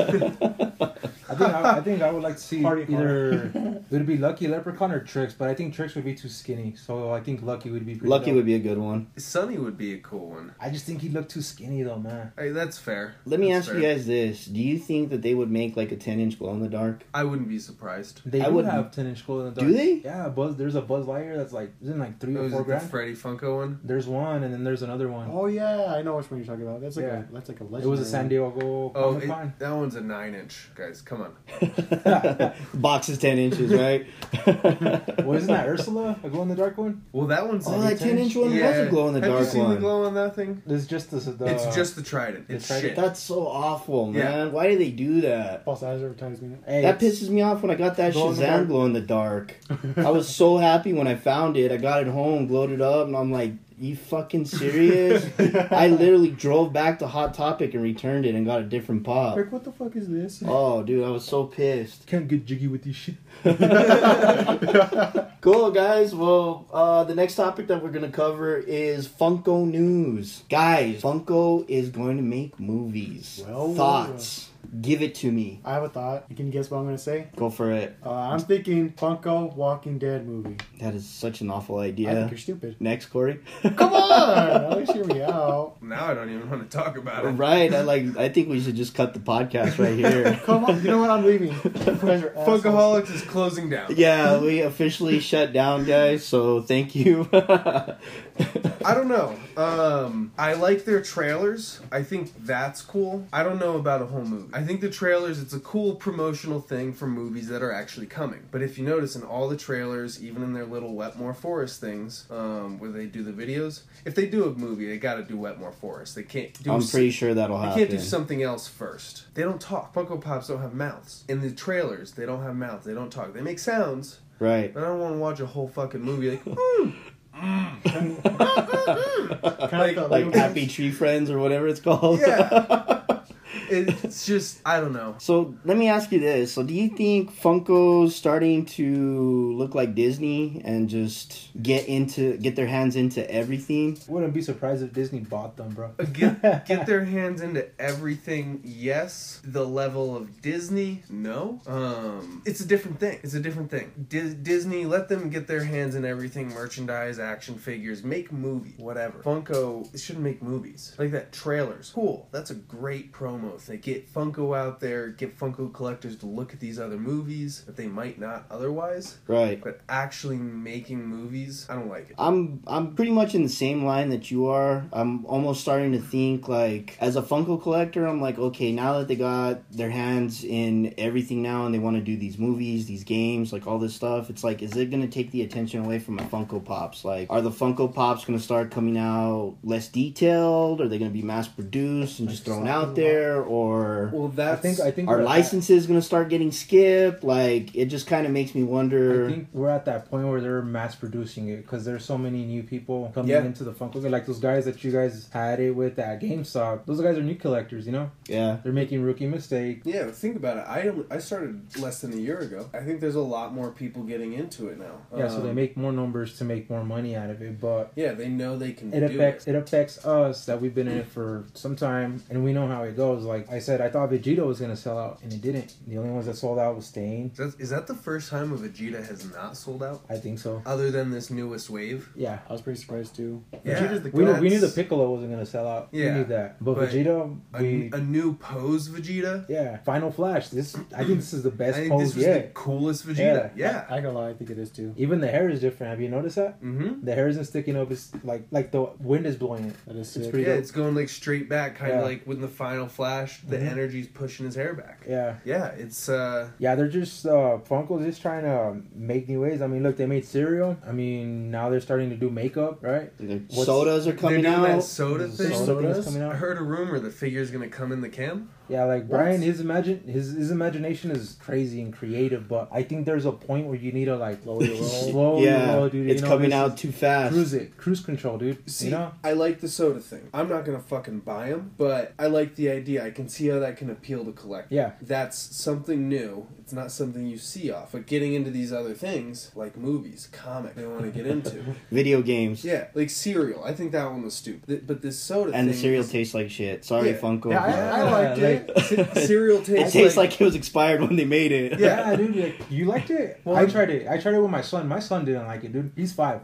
B: think I, I think I would like to see
D: Party
B: either it would be Lucky Leprechaun or Trix, but I think Trix would be too skinny, so I think Lucky would be pretty
A: lucky
B: dope.
A: would be a good one
C: Sunny would be a cool one.
B: I just think he looked too skinny though, man.
C: Hey, that's fair.
A: let me
C: That's
A: ask you
C: fair.
A: guys this do you think that they would make like a 10 inch glow in the dark
C: I wouldn't be surprised.
B: They
A: I
B: do
A: wouldn't.
B: have ten inch gold in the
A: Do
B: dark.
A: they?
B: Yeah, Buzz. There's a Buzz Lightyear that's like isn't it like three
C: Oh, It
B: or
C: was
B: four
C: the
B: grand.
C: Freddy Funko one.
B: There's one, and then there's another one.
D: oh yeah, I know which one you're talking about. That's like
B: Yeah.
D: a that's like a
B: it
D: legendary.
B: was a San Diego
C: Oh,
B: Comic
C: it-
B: Con.
C: that one's a nine inch, guys. Come on.
A: box is 10 inches right
B: Well, isn't that Ursula, a glow in the dark one?
C: Well, that one's.
A: oh that 10 inch one was a glow in the
C: Have you
A: dark
C: seen the
A: one
C: glow on that thing?
B: It's just this. The,
C: it's just the Trident.
B: the
C: It's
B: Trident.
C: shit.
A: that's so awful man
C: Yeah.
A: why do they do that
D: False advertisement.
B: Hey,
A: That
B: it's-
A: pisses me off when I got that
D: Glow in the
A: Shazam
D: dark.
A: glow in the dark. I was so happy when I found it. I got it home, glowed it up, and I'm like, you fucking serious? I literally drove back to Hot Topic and returned it and got a different pop.
D: Like, what the fuck is this?
A: Oh, dude, I was so pissed.
B: Can't get jiggy with this shit.
A: Cool, guys. Well, uh, the next topic that we're going to cover is Funko news. Guys, Funko is going to make movies.
D: Well,
A: Thoughts. Give it to me.
D: I have a thought. You can guess what I'm gonna say.
A: Go for it.
D: Uh, I'm thinking Funko Walking Dead movie.
A: That is such an awful
D: I think
A: idea.
D: you're stupid.
A: Next, Corey.
D: Come on, at least hear me out.
C: Now I don't even want to talk about it.
A: Right, I like. I think we should just cut the podcast right here.
D: Come on, you know what? I'm leaving. You guys are assholes.
C: Funkaholics is closing down.
A: yeah, we officially shut down, guys. So thank you.
C: I don't know. Um, I like their trailers. I think that's cool. I don't know about a whole movie. I think the trailers, it's a cool promotional thing for movies that are actually coming. But if you notice in all the trailers, even in their little Wetmore Forest things, um, where they do the videos, if they do a movie, they gotta do Wetmore Forest. They can't do
A: I'm
C: s-
A: pretty sure that'll
C: They
A: happen.
C: can't do something else first. They don't talk. Funko Pops don't have mouths. In the trailers, they don't have mouths. They don't talk. They make sounds.
A: Right.
C: But I don't want to watch a whole fucking movie like, oh,
D: Kinda
C: Like-
D: thought
A: Like
D: little
A: happy tree friends or whatever it's called.
C: yeah. it's just I don't know.
A: So let me ask you this: So do you think Funko's starting to look like Disney and just get into get their hands into everything?
B: Wouldn't be surprised if Disney bought them, bro.
C: Get get their hands into everything. Yes, the level of Disney. No, um, it's a different thing. It's a different thing. Dis- Disney let them get their hands in everything: merchandise, action figures, make movie, whatever. Funko should make movies like that. Trailers, cool. That's a great promo thing. Get Funko out there. Get Funko collectors to look at these other movies that they might not otherwise.
A: Right.
C: But actually making movies, I don't like it.
A: I'm I'm pretty much in the same line that you are. I'm almost starting to think like as a Funko collector, I'm like, okay, now that they got their hands in everything now and they want to do these movies, these games, like all this stuff, it's like is it going to take the attention away from my Funko Pops? Like are the Funko Pops going to start coming out less detailed? Are they going to be mass produced and just thrown out there or
C: Well,
B: I
C: that's
B: think I think
A: are
B: we're at
A: licenses going to start getting skipped? Like it just kind of makes me
B: that-
A: wonder
B: I think we're at that point where they're mass producing it because there's so many new people coming
C: Yeah.
B: into the Funko. Like those guys that you guys had it with at GameStop. Those guys are new collectors, you know.
A: yeah.
B: They're making rookie mistakes.
C: Yeah, but think about it. I I started less than a year ago. I think there's a lot more people getting into it now.
B: Yeah, so they
C: Um,
B: make more numbers to make more money out of it, but
C: Yeah, they know they can
B: it
C: do
B: affects
C: it.
B: it affects us that we've been in it for some time and we know how it goes. Like I said, I thought Vegeta was gonna sell out and it didn't. The only ones that sold out was Stain.
C: Is that- Is that the first time a Vegeta has not sold out,
B: I think so.
C: other than this newest wave?
B: Yeah.
D: I was pretty surprised too.
C: Yeah.
D: Vegeta's the
B: We,
D: god.
B: knew, we knew the
C: That's-
B: Piccolo wasn't gonna sell out.
C: Yeah.
B: We knew that. But,
C: But
B: Vegeta,
C: A,
B: we
C: a new pose Vegeta.
B: yeah. Final Flash. This I think this is the
C: I
B: best
C: think
B: pose
C: this was the
B: yet.
C: coolest Vegeta.
B: Yeah.
C: Yeah.
D: I ain't gonna lie, I think it is too.
B: Even the hair is different. Have you noticed that?
C: Mm-hmm.
B: The hair isn't sticking up. It's like like the wind is blowing it.
D: That is
B: It's
D: sick.
B: pretty-
C: Yeah, it's going like straight back, kind of
B: Yeah.
C: like when the final flash, the
B: Mhm.
C: energy's pushing his hair back.
B: Yeah.
C: Yeah, it's uh,
B: Yeah, they're just uh Funko's just trying to make new ways. I mean, look, they made cereal. I mean, now they're starting to do makeup, right? What's-
A: sodas are
C: they're
A: coming
C: doing that
A: out.
B: Soda
C: soda thing.
B: thing's
D: Sodas?
B: coming
C: I
B: out.
C: heard a rumor the figure's gonna come in the cam.
B: Yeah, like
D: What?
B: Brian, his imagine his his imagination is crazy and creative, but I think there's a point where you need to like
D: Slow your roll.
B: slowly
A: yeah,
B: roll, dude.
A: it's
B: you know,
A: coming
B: this
A: out too fast.
B: is- Cruise it, cruise control, dude.
C: See,
B: you know,
C: I like the soda thing. I'm not gonna fucking buy them, but I like the idea. I can see how that can appeal to collectors.
B: Yeah.
C: that's something new. It's not something you see off. But getting into these other things like movies, comic, they want to get into.
A: Video games.
C: yeah, like cereal. I think that one was stupid. Th- But this soda
A: And the
C: thing
A: cereal
C: is-
A: tastes like shit. Sorry,
C: Yeah.
A: Funko.
D: Yeah,
A: but-
D: I, I liked
B: Yeah,
D: it.
C: C- cereal
A: it
C: tastes,
A: tastes like, it was expired when they made it.
B: yeah, dude, like, you liked it.
D: Well,
B: I
D: I'm-
B: tried it. I tried it with my son. My son didn't like it, dude. He's five.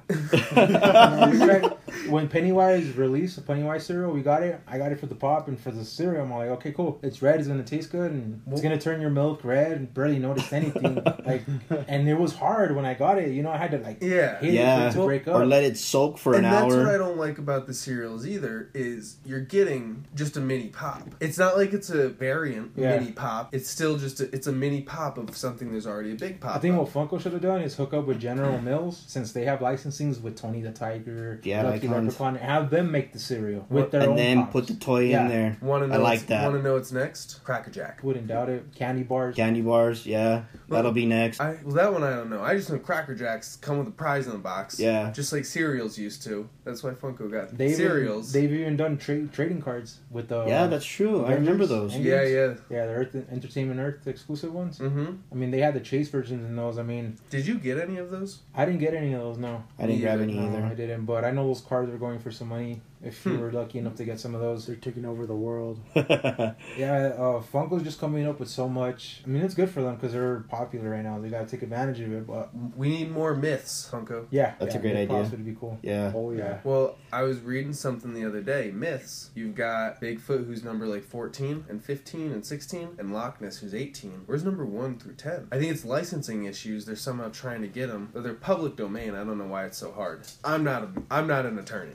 B: Uh, we tried- when Pennywise released the Pennywise cereal, we got it. I got it for the pop and for the cereal. I'm like, okay, cool. It's red. It's gonna taste good, and it's gonna turn your milk red. And barely noticed anything. like, and it was hard when I got it. You know, I had to like
C: Yeah.
B: hit it for
A: Yeah.
B: it to break up.
A: Or let it soak for
C: and
A: an
C: that's what I
A: hour.
C: don't like about the cereals either. Is you're getting just a mini pop. It's not like it's a variant
B: Yeah.
C: mini pop. It's still just a, it's a mini pop of something that's already a big pop.
B: I think
C: of.
B: what Funko should have done is hook up with General Mills since they have licensings with Tony the Tiger,
A: Yeah,
B: Lucky
A: Icons.
B: Leprechaun, and have them make the cereal with their own
A: And then
B: pops.
A: put the toy
B: Yeah.
A: in there.
C: Want to know?
A: I like
C: what's-
A: that.
C: Want to know what's next? Cracker Jack.
B: Wouldn't doubt it. Candy bars.
A: Candy bars, yeah. That'll be next.
C: I well that one I don't know. I just know Cracker Jacks come with a prize in the box.
A: Yeah.
C: Just like cereals used to. That's why Funko got
B: They've
C: cereals.
B: Even, they've even done tra- trading cards with the.
A: yeah, that's true. I
B: Avengers?
A: remember those.
B: And-
C: yeah, yeah.
B: Yeah, the Earth Entertainment Earth exclusive ones.
C: Mm-hmm.
B: I mean, they had the Chase versions in those. I mean,
C: Did you get any of those?
B: I didn't get any of those. No,
A: I didn't grab any
B: no, I
A: either.
B: didn't. But I know those cards are going for some money. If you
C: Hmm.
B: were lucky enough to get some of those,
D: They're taking over the world.
B: yeah, uh, Funko's just coming up with so much. I mean, it's good for them because they're popular right now. They gotta take advantage of it. But
C: We need more myths, Funko.
B: yeah,
A: That's a
B: yeah,
A: great
B: the
A: idea.
B: props Would be cool.
A: yeah.
D: Oh yeah.
C: Well, I was reading something the other day. Myths. You've got Bigfoot, who's number like 14 and 15 and 16, and Loch Ness, who's 18. Where's number 1 through 10? I think it's licensing issues. They're somehow trying to get them. But they're public domain. I don't know why it's so hard. I'm not, a, I'm not an attorney.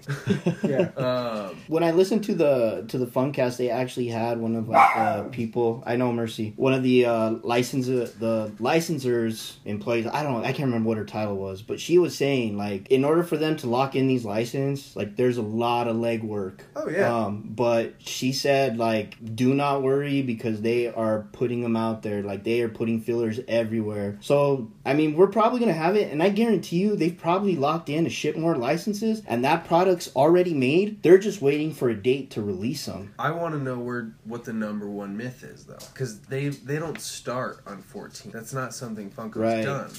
B: Yeah.
C: um,
A: when I listened to the to the Funcast, they actually had one of like the people I know Mercy, one of the uh, licenser the licensors employees. I don't I can't remember what her title was, but she was saying like in order for them to lock in these license, like there's a lot of legwork.
C: oh, yeah.
A: Um, but she said like do not worry because they are putting them out there like they are putting fillers everywhere. So I mean we're probably gonna have it, and I guarantee you they've probably locked in a shit more licenses, and that product's already made made. They're just waiting for a date to release them.
C: I want to know where what the number one myth is though, because they they don't start on 14. That's not something Funko's
A: Right.
C: done.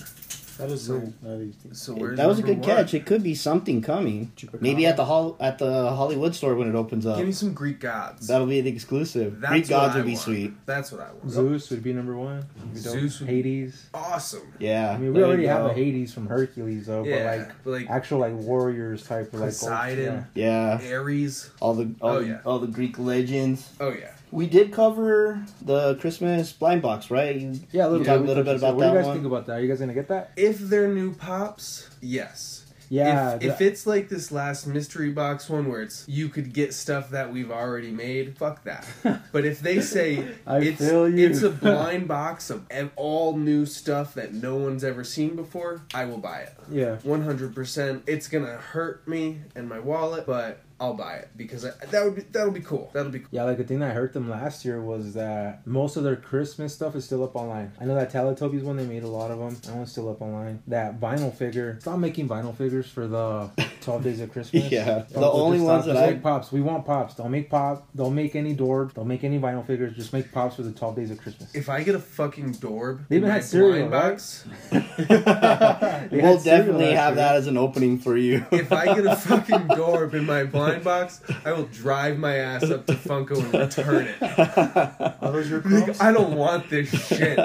D: That is
C: So-
D: weird. That is-
C: So where's
A: that was a
C: number
A: good
C: one?
A: catch. It could be something coming. Maybe at the hol- at the Hollywood store when it opens up.
C: Give me some Greek gods.
A: That'll be the exclusive.
C: That's
A: Greek
C: what
A: gods
C: I
A: would be
C: want.
A: sweet.
C: That's what I want.
B: Zeus would be number one. We don't-
C: Zeus would-
B: Hades.
C: Awesome.
A: Yeah.
B: I mean, we
A: there you
B: already have
A: go.
B: a Hades from Hercules though,
C: Yeah,
B: but like
C: but like,
B: actual like warriors type of like old-
C: Poseidon.
A: Yeah.
C: Aries.
A: All the all,
C: Oh,
A: the,
C: yeah.
A: all the Greek legends.
C: Oh yeah.
A: We did cover the Christmas blind box, right? You-
B: Yeah, yeah a
A: You
B: little
A: talked
B: bit.
A: a little bit about
B: what do
A: that
B: you guys
A: one.
B: think about that? Are you guys gonna get that?
C: If they're new pops, yes.
B: Yeah.
C: if,
B: the-
C: if it's like this last mystery box one where it's you could get stuff that we've already made, fuck that. But if they say
B: I
C: it's
B: feel you.
C: it's a blind box of ev- all new stuff that no one's ever seen before, I will buy it.
B: yeah.
C: 100%. It's going to hurt me and my wallet, but I'll buy it because I, that would be, that'll be cool. That'll be cool.
B: Yeah, like the thing that hurt them last year was that most of their Christmas stuff is still up online. I know that Teletubbies one, they made a lot of them. That one's still up online. That vinyl figure, stop making vinyl figures for the 12 Days of Christmas.
A: Yeah.
B: Don't
A: The
B: put
A: only
B: this
A: ones
B: stuff.
A: that
B: Just
A: I-
B: make pops. We want pops. Don't make pop. Don't make any door. Don't make any vinyl figures. Just make pops for the 12 Days of Christmas.
C: If I get a fucking Dorb,
B: They even
C: in my
B: had cereal,
C: blind
B: right?
C: box,
B: They
A: we'll
B: had cereal
A: definitely
B: last
A: have
B: year.
A: that as an opening for you.
C: if I get a fucking Dorb in my blind box, I will drive my ass up to Funko and return it.
D: Are those your
C: Like,
D: crumbs?
C: I don't want this shit.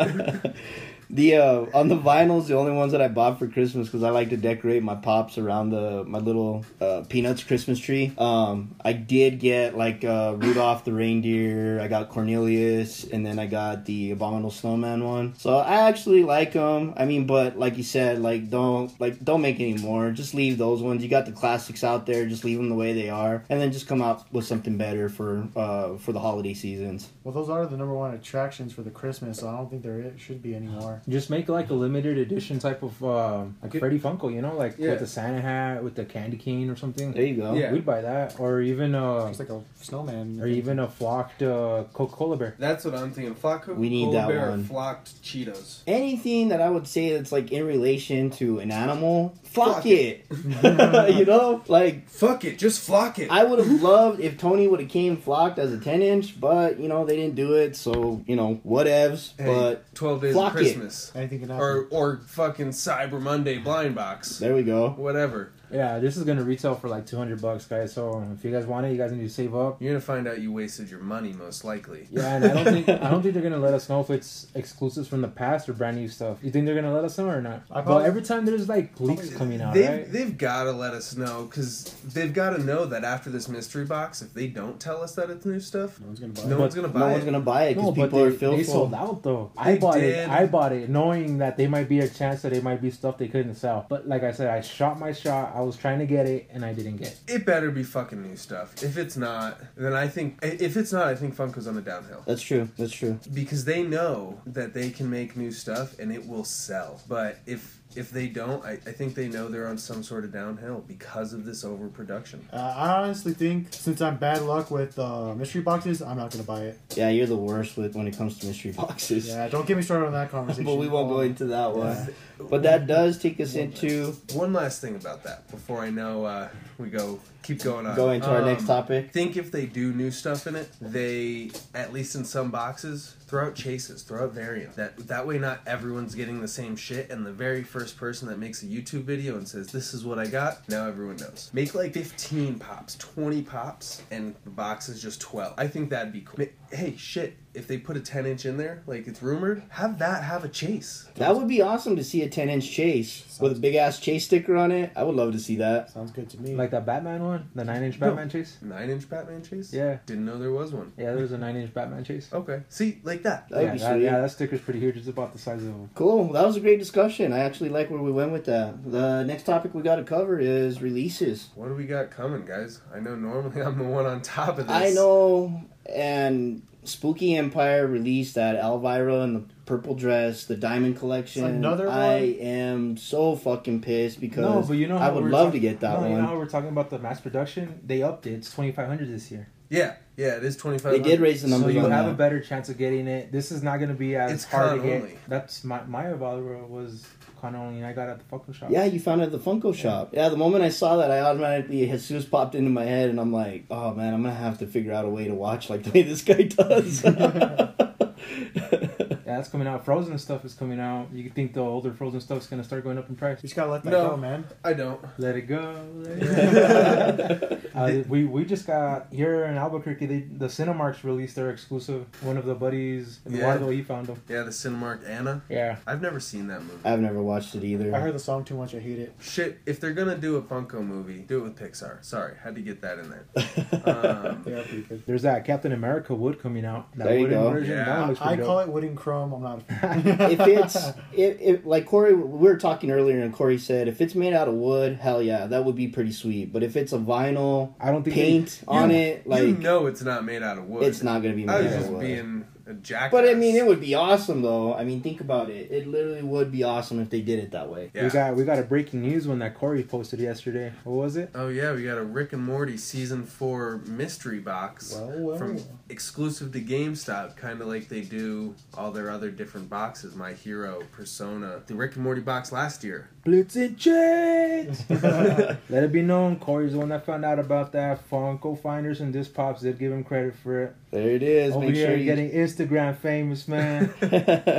A: the uh, on the vinyls, the only ones that I bought for Christmas because I like to decorate my pops around the my little uh, peanuts Christmas tree. Um, I did get like uh, Rudolph the reindeer. I got Cornelius, and then I got the Abominable Snowman one. So I actually like them. I mean, but like you said, like don't like don't make any more. Just leave those ones. You got the classics out there. Just leave them the way they are, and then just come out with something better for uh, for the holiday seasons.
D: Well, those are the number one attractions for the Christmas, so I don't think there i- should be anymore.
B: Just make like a limited edition type of um, like Freddy Funko, you know, like
C: Yeah.
B: with the Santa hat, with the candy cane or something.
A: There you go.
C: Yeah.
B: We'd buy that, or even uh,
D: It's like a snowman.
B: or even a flocked uh, Coca-Cola bear.
C: That's what I'm thinking. Flock
A: We need
C: Cola
A: that
C: bear or
A: one.
C: flocked Cheetos.
A: anything that I would say that's like in relation to an animal, fuck,
C: Fuck
A: it. you know, like
C: Fuck it, just flock it.
A: I would have loved if Tony would have came flocked as a ten inch, but you know they didn't do it, so you know whatevs.
C: Hey,
A: But
C: 12 days
A: flock
C: of
A: it.
C: Christmas.
D: anything can happen.
C: Or or fucking Cyber Monday blind box.
A: there we go.
C: Whatever.
B: Yeah, this is gonna retail for like 200 bucks, guys. So if you guys want it, you guys need to save up.
C: You're gonna find out you wasted your money most likely.
B: Yeah, and I don't think I don't think they're gonna let us know if it's exclusives from the past or brand new stuff. You think they're gonna let us know or not?
D: I
B: but
D: probably-
B: every time there's like leaks coming out,
C: They've,
B: right?
C: they've got to let us know because they've got to know that after this mystery box, if they don't tell us that it's new stuff,
D: no one's gonna buy
C: no
D: it.
C: one's gonna buy
A: No
C: it.
A: one's gonna buy it because
B: No, but
A: people
B: they,
A: are
B: they sold
A: filthy.
B: out though. I
C: They
B: bought
C: did.
B: it. I bought it knowing that they might be a chance that it might be stuff they couldn't sell. But like I said, I shot my shot. I was trying to get it and I didn't get it.
C: It better be fucking new stuff. If it's not, then I think if it's not, I think Funko's on the downhill
A: That's true. That's true.
C: because they know that they can make new stuff and it will sell. But if if they don't, I, I think they know they're on some sort of downhill because of this overproduction.
D: Uh, I honestly think since I'm bad luck with uh, mystery boxes, I'm not gonna buy it.
A: Yeah, you're the worst with when it comes to mystery boxes.
D: Yeah, don't get me started on that conversation.
A: But
D: Oh,
A: we won't go into that one.
D: Yeah.
A: But that does take us into
C: One last thing about that before I know uh, we go keep going on.
A: going to our
C: Um,
A: next topic.
C: think if they do new stuff in it, they at least in some boxes throw out chases, throw out variants. That that way, not everyone's getting the same shit. And the very first person that makes a YouTube video and says this is what I got, now everyone knows. Make like fifteen pops, twenty pops, and the box is just twelve. I think that'd be cool. Ma- Hey, shit! If they put a ten inch in there, like it's rumored, have that have a chase.
A: That would be awesome to see a 10 inch chase with a big ass chase sticker on it. I would love to see that.
D: Sounds good to me.
B: Like that Batman one, the nine inch Batman chase.
C: Nine inch Batman chase?
B: Yeah.
C: Didn't know there was one.
B: Yeah, there was a nine inch Batman chase.
C: Okay. See, like that.
A: That'd
B: yeah,
A: be
B: that,
A: sweet.
B: yeah, that sticker's pretty huge. It's about the size of a
A: Cool. That was a great discussion. I actually like where we went with that. The next topic we got to cover is releases.
C: What do we got coming, guys? I know normally I'm the one on top of this.
A: I know, and Spooky Empire released that Elvira and the purple dress, the diamond collection.
D: Another one?
A: I am so fucking pissed because
B: No, but you know how
A: I would
B: we're
A: love
B: talk-
A: to get that
B: no, You
A: one.
B: know how we're talking about the mass production? They upped it. It's twenty five hundred this year.
C: Yeah, yeah, it is twenty five.
A: they did raise the
B: So
A: numbers
B: you
A: on
B: have a
A: that.
B: better chance of getting it. This is not going to be as
C: It's
B: hard to
C: con
B: get.
C: only.
B: That's my my Avalora was Connolly and I got at the Funko shop.
A: Yeah, you found it at the Funko shop. Yeah, the moment I saw that, I automatically Jesus popped into my head, and I'm like, oh man, I'm gonna have to figure out a way to watch like the way this guy does.
B: Yeah, that's coming out. Frozen stuff is coming out. You think the older Frozen stuff's gonna start going up in price?
D: You just gotta let that
C: No.
D: go, man.
C: I don't.
B: Let it go. Let it go. uh, we we just got here in Albuquerque. They, the Cinemarks released their exclusive. One of the buddies, Eduardo, he found them.
C: Yeah, the Cinemark Anna.
B: Yeah.
C: I've never seen that movie.
A: I've never watched it either.
D: I heard the song too much. I hate it.
C: Shit, if they're gonna do a Funko movie, do it with Pixar. Sorry, had to get that in there. Um,
D: They are pretty good.
B: There's that Captain America wood coming out. That
A: There you
B: wooden
A: go.
B: version.
C: Yeah.
B: That one looks
D: I
B: pretty
D: call
B: dope.
D: it wooden chrome. I'm not. A fan.
A: if it's if, if like Corey, we were talking earlier, and Corey said if it's made out of wood, hell yeah, that would be pretty sweet. But if it's a vinyl
B: I don't think they-
A: paint on
C: You-
A: it, like
C: you know, it's not made out of wood.
A: it's not gonna be made
C: I was
A: out of
C: just
A: wood.
C: being a jackass.
A: but I mean, it would be awesome though. I mean, think about it. It literally would be awesome if they did it that way.
C: Yeah.
B: We got we got a breaking news one that Corey posted yesterday. What was it?
C: Oh yeah, we got a Rick and Morty season four mystery box
D: Well, well,
C: from
D: well.
C: exclusive to GameStop, kind of like they do all their other different boxes. My Hero, Persona, the Rick and Morty box last year.
B: Blitz and Jets. Let it be known, Corey's the one that found out about that. Funko Finders and Disc Pops did give him credit for it.
A: There it is.
B: Over
A: Make
B: here,
A: sure you
B: getting Instagram famous, man.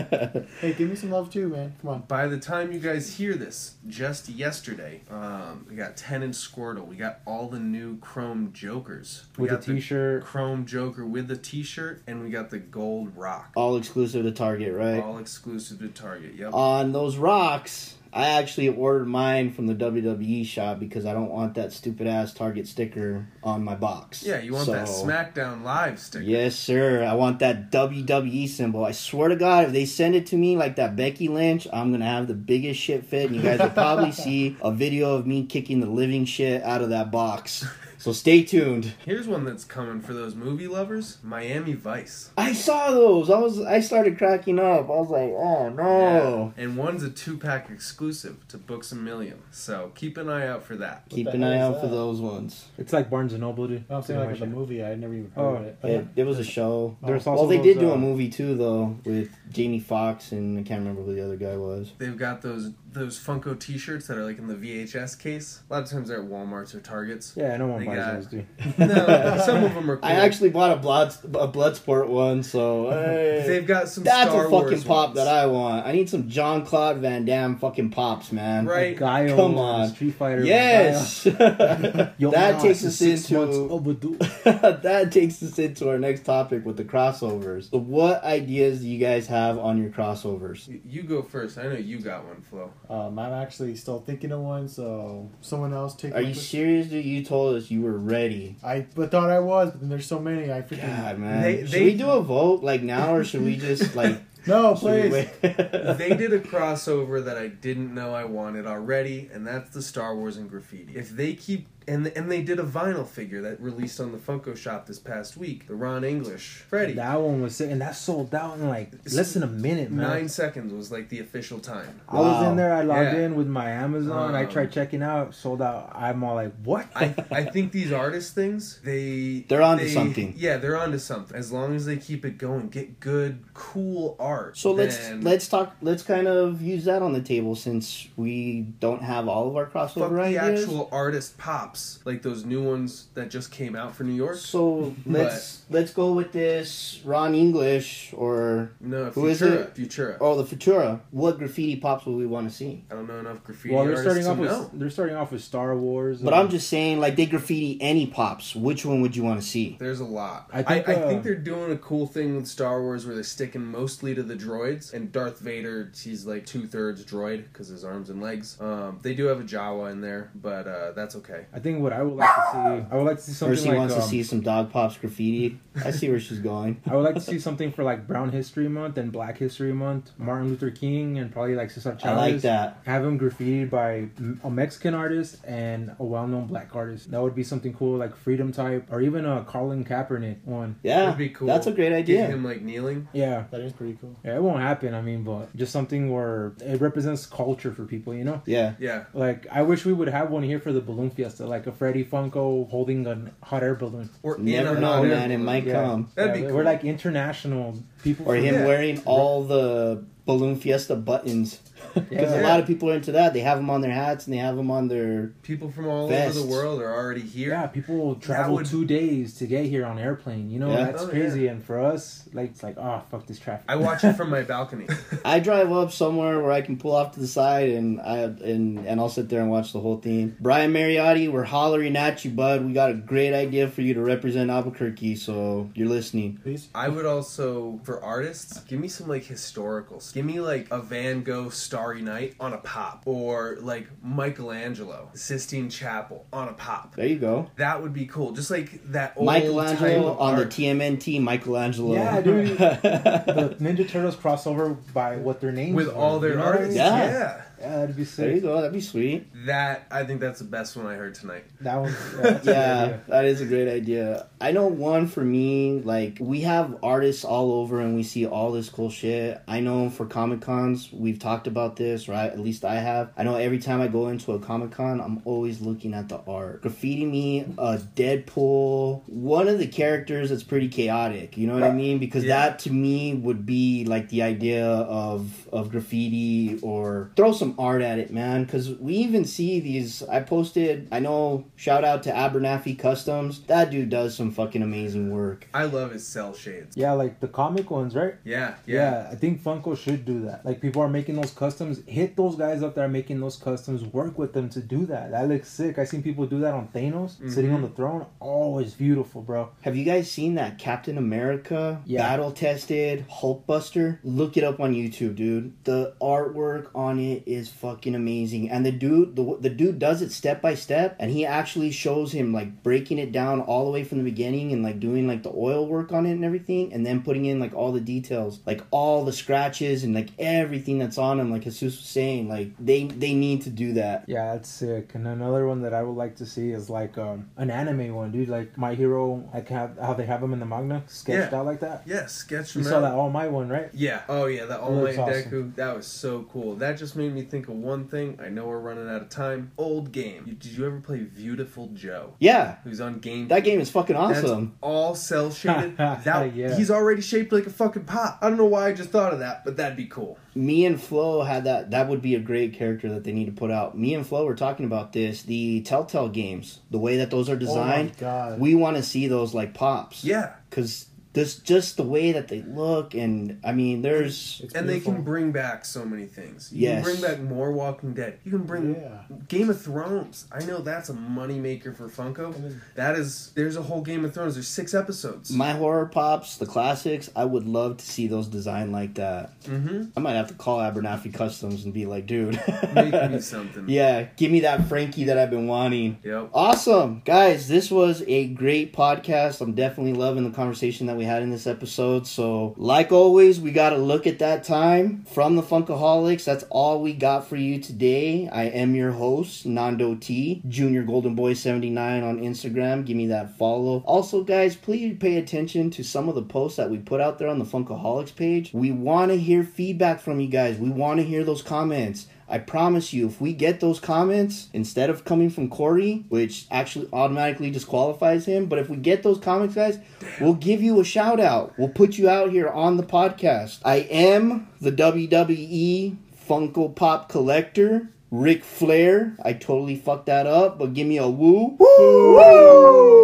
D: hey, give me some love too, man. Come on.
C: By the time you guys hear this, just yesterday, um, we got ten inch Squirtle. We got all the new Chrome Jokers. We
B: With a
C: got the
B: T-shirt.
C: Chrome Joker with the T-shirt, and we got the gold rock.
A: all exclusive to Target, right?
C: All exclusive to Target. Yep.
A: on those rocks. I actually ordered mine from the WWE shop because I don't want that stupid ass Target sticker on my box.
C: yeah, you want that
A: So-
C: SmackDown Live sticker?
A: Yes, sir. I want that WWE symbol. I swear to God, if they send it to me like that Becky Lynch, I'm gonna have the biggest shit fit, and you guys will probably see a video of me kicking the living shit out of that box. So stay tuned.
C: Here's one that's coming for those movie lovers: Miami Vice.
A: I saw those. I was I started cracking up. I was like, oh no.
C: And one's a two pack exclusive to Books a Million. So keep an eye out for that.
A: Keep
D: the
A: an
D: hell
A: eye
D: is
A: out for
D: that?
A: those ones.
B: It's like Barnes and Noble, dude.
A: Oh,
D: No, I'm saying like at the movie. I never even heard
B: Oh.
D: of it.
A: It, it was a show.
B: There's
A: well,
B: also
A: they did
B: those,
A: do a
B: uh,
A: movie too, though, with Jamie Foxx and I can't remember who the other guy was.
C: They've got those those Funko T-shirts that are like in the VHS case. A lot of times they're at Walmart's or Targets.
B: Yeah, no one
C: They
B: buys
C: got-
B: those, dude.
C: No, some of them are. Cool.
A: I actually bought a blood a Bloodsport one, so hey.
C: they've got some.
A: That's
C: Star
A: a fucking
C: Wars
A: pop
C: ones.
A: that I want. I need some John Claude Van Damme fucking pops, man.
C: Right.
B: Guile,
A: Come on.
B: Street Fighter.
A: Yes.
B: Guile. Yo,
A: that
B: nah,
A: takes
B: it's
A: us
B: six months
A: into
B: overdue.
A: that takes us into our next topic with the crossovers. So what ideas do you guys have on your crossovers?
C: Y- You go first. I know you got one, Flo.
D: Um, I'm actually still thinking of one, so someone else take.
A: Are
D: my-
A: you serious, dude? You told us you were ready.
D: I but thought I was, but then there's so many. I freaking
A: God, man.
C: They-
A: should
C: they-
A: we do a vote like now, or should we just like?
D: no,
A: should we
D: please.
A: wait?
C: Oh, They did a crossover that I didn't know I wanted already, and that's the Star Wars and graffiti. If they keep and and they did a vinyl figure that released on the Funko Shop this past week, the Ron English Freddy.
B: That one was sick, and that sold out in like less than a minute, man.
C: Nine seconds was like the official time.
B: I was
A: Wow.
B: in there. I logged
C: Yeah.
B: in with my Amazon. I
C: Um,
B: tried checking out, sold out. I'm all like, what?
C: I, I think these artist things they
A: They're onto
C: they-
A: something.
C: Yeah, they're onto something. As long as they keep it going, get good, cool art.
A: So let's
C: then
A: let's talk. Let's kind of use that on the table since we don't have all of our
C: fuck
A: crossover
C: the
A: ideas.
C: actual artist pops like those new ones that just came out for New York.
A: So let's let's go with this Ron English or
C: No, Futura.
A: Who is it?
C: Futura.
A: oh the Futura. What graffiti pops would we want to see?
C: I don't know enough graffiti
B: well, they're
C: artists
B: starting
C: to
B: off with
C: know.
B: they're starting off with Star Wars.
A: But I'm just saying, like they graffiti any pops. Which one would you want to see?
C: There's a lot. I
B: I
C: think,
B: think,
C: I,
B: uh,
C: think they're doing a cool thing with Star Wars where they're sticking mostly to the droids. And Darth Vader, he's like two thirds droid because his arms and legs. Um, they do have a Jawa in there, but uh, that's okay.
B: I think what I would like to see, I would like to see
A: Or
B: something
A: she
B: like
A: wants to
B: um,
A: see some dog pops graffiti. I see where she's going.
B: I would like to see something for like Brown History Month and Black History Month, Martin Luther King, and probably like Cesar Chavez.
A: I like that.
B: Have him graffitied by m- a Mexican artist and a well-known black artist. That would be something cool, like freedom type, or even a Colin Kaepernick one.
A: Yeah,
C: That'd be cool.
A: that's a great
C: Get
A: idea.
C: him like kneeling.
B: Yeah.
D: That is pretty cool.
B: yeah, it won't happen. I mean, but just something where it represents culture for people, you know.
A: Yeah,
C: Yeah.
B: Like I wish we would have one here for the balloon fiesta, like a Freddy Funko holding a hot air balloon.
C: Or in
A: never
C: a
A: know,
C: hot air
A: man. It
C: balloon.
A: might
B: Yeah.
A: come.
C: That'd
B: Yeah,
C: be
B: We're
C: cool.
B: like international people.
A: Or
B: from-
A: him
C: Yeah.
A: wearing all the Balloon Fiesta buttons. Because a
B: Yeah.
A: lot of people are into that. They have them on their hats and they have them on their.
C: People from all
A: Vests.
C: over the world are already here.
B: Yeah, people will travel
C: would-
B: two days to get here on airplane. You know
A: Yeah.
B: that's
C: Oh, yeah.
B: crazy. And for us, like it's like oh fuck this traffic.
C: I watch it from my balcony.
A: I drive up somewhere where I can pull off to the side and I and and I'll sit there and watch the whole thing. Brian Mariotti, we're hollering at you, bud. We got a great idea for you to represent Albuquerque, so you're listening.
D: Please.
C: I would also, for artists, give me some like historicals. Give me like a Van Gogh Starry Night on a pop, or like Michelangelo Sistine Chapel on a pop.
A: There you go.
C: That would be cool. Just like that old type
A: Michelangelo
C: of
A: on the
C: art.
A: TMNT, Michelangelo.
B: Yeah, dude. the Ninja Turtles crossover by what their names
C: with
B: were,
C: all
B: you
C: their
B: know what I
C: artists.
B: mean?
A: Yeah.
C: yeah,
B: Yeah, that'd be
A: there you
B: sick.
A: go. That'd be sweet.
C: that I think that's the best one I heard tonight.
B: That one. yeah, that's a good
A: yeah,
B: idea.
A: that is a great idea. I know one for me, like, we have artists all over and we see all this cool shit. I know for Comic Cons, we've talked about this, right? At least I have. I know every time I go into a Comic Con, I'm always looking at the art. Graffiti Me, uh, Deadpool, one of the characters that's pretty chaotic, you know what I mean? Because
C: Yeah.
A: that to me would be like the idea of of graffiti or throw some art at it, man. Because we even see these. I posted. I know. Shout out to Abernathy Customs. That dude does some fucking amazing work.
C: I love his cell shades.
B: Yeah, like the comic ones, right?
C: Yeah, yeah.
B: Yeah. I think Funko should do that. Like people are making those customs. Hit those guys up that are making those customs. Work with them to do that. That looks sick. I seen people do that on Thanos
C: Mm-hmm.
B: sitting on the throne. Always beautiful, bro.
A: Have you guys seen that Captain America
B: Yeah.
A: battle tested Hulkbuster? Look it up on YouTube, dude. The artwork on it is fucking amazing, and the dude, the, the dude does it step by step, and he actually shows him like breaking it down all the way from the beginning and like doing like the oil work on it and everything, and then putting in like all the details, like all the scratches and like everything that's on him. Like Jesus was saying, like they they need to do that.
B: Yeah, that's sick. And another one that I would like to see is like um, an anime one, dude. Like My Hero, like have, how they have him in the manga sketched
C: Yeah.
B: out like that.
C: Yeah, sketch
B: You
C: from
B: saw that All Might one, right?
C: Yeah. Oh yeah, that All
B: looks
C: Might
B: awesome.
C: Deku. That was so cool. That just made me think of one thing. I know we're running out of time. Old game. You- Did you ever play Beautiful Joe?
A: Yeah,
C: Who's on game?
A: that game is fucking
C: That's
A: awesome.
C: all cell shaded. that
B: Yeah.
C: he's already shaped like a fucking pot. I don't know why I just thought of that, but that'd be cool.
A: me and Flo had that. That would be a great character that they need to put out. Me and Flo were talking about this. The Telltale games, the way that those are designed,
D: Oh my god.
A: we want to see those like pops.
C: Yeah.
A: because this just the way that they look, and I mean, there's
D: It's
C: and they
D: beautiful.
C: can bring back so many things. You
A: Yes.
C: can bring back more Walking Dead. You can bring
D: Yeah.
C: Game of Thrones. I know that's a moneymaker for Funko. That is there's a whole Game of Thrones. There's six episodes.
A: my horror pops, the classics. I would love to see those designed like that.
C: mm-hmm.
A: I might have to call Abernathy Customs and be like, dude,
C: Make me something.
A: yeah, give me that Frankie that I've been wanting.
C: Yep.
A: Awesome. Guys, this was a great podcast. I'm definitely loving the conversation that we had in this episode. So, like always, we got to look at that time from the Funkaholics. That's all we got for you today. I am your host, Nando T, Junior Golden Boy 79 on Instagram. Give me that follow. Also, guys, please pay attention to some of the posts that we put out there on the Funkaholics page. We want to hear feedback from you guys, we want to hear those comments. I promise you, if we get those comments, instead of coming from Corey, which actually automatically disqualifies him, but if we get those comments, guys, we'll give you a shout out. We'll put you out here on the podcast. I am the WWE Funko Pop Collector, Ric Flair. I totally fucked that up, but give me a woo. Woo!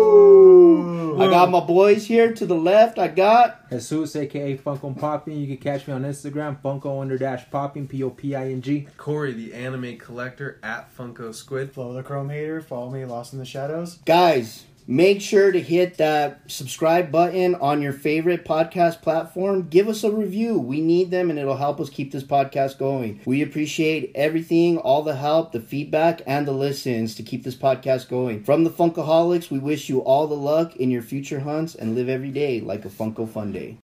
A: I got my boys here to the left. I got.
B: Jesus, aka Funko Popping. You can catch me on Instagram, Funko under dash Popping, P O P I N G.
C: Corey, the anime collector at Funko Squid.
D: Follow the Chrome Hater. Follow me, Lost in the Shadows.
A: Guys, make sure to hit that subscribe button on your favorite podcast platform. Give us a review. We need them and it'll help us keep this podcast going. We appreciate everything, all the help, the feedback, and the listens to keep this podcast going. From the Funkaholics, we wish you all the luck in your future hunts and live every day like a Funko Fun Day.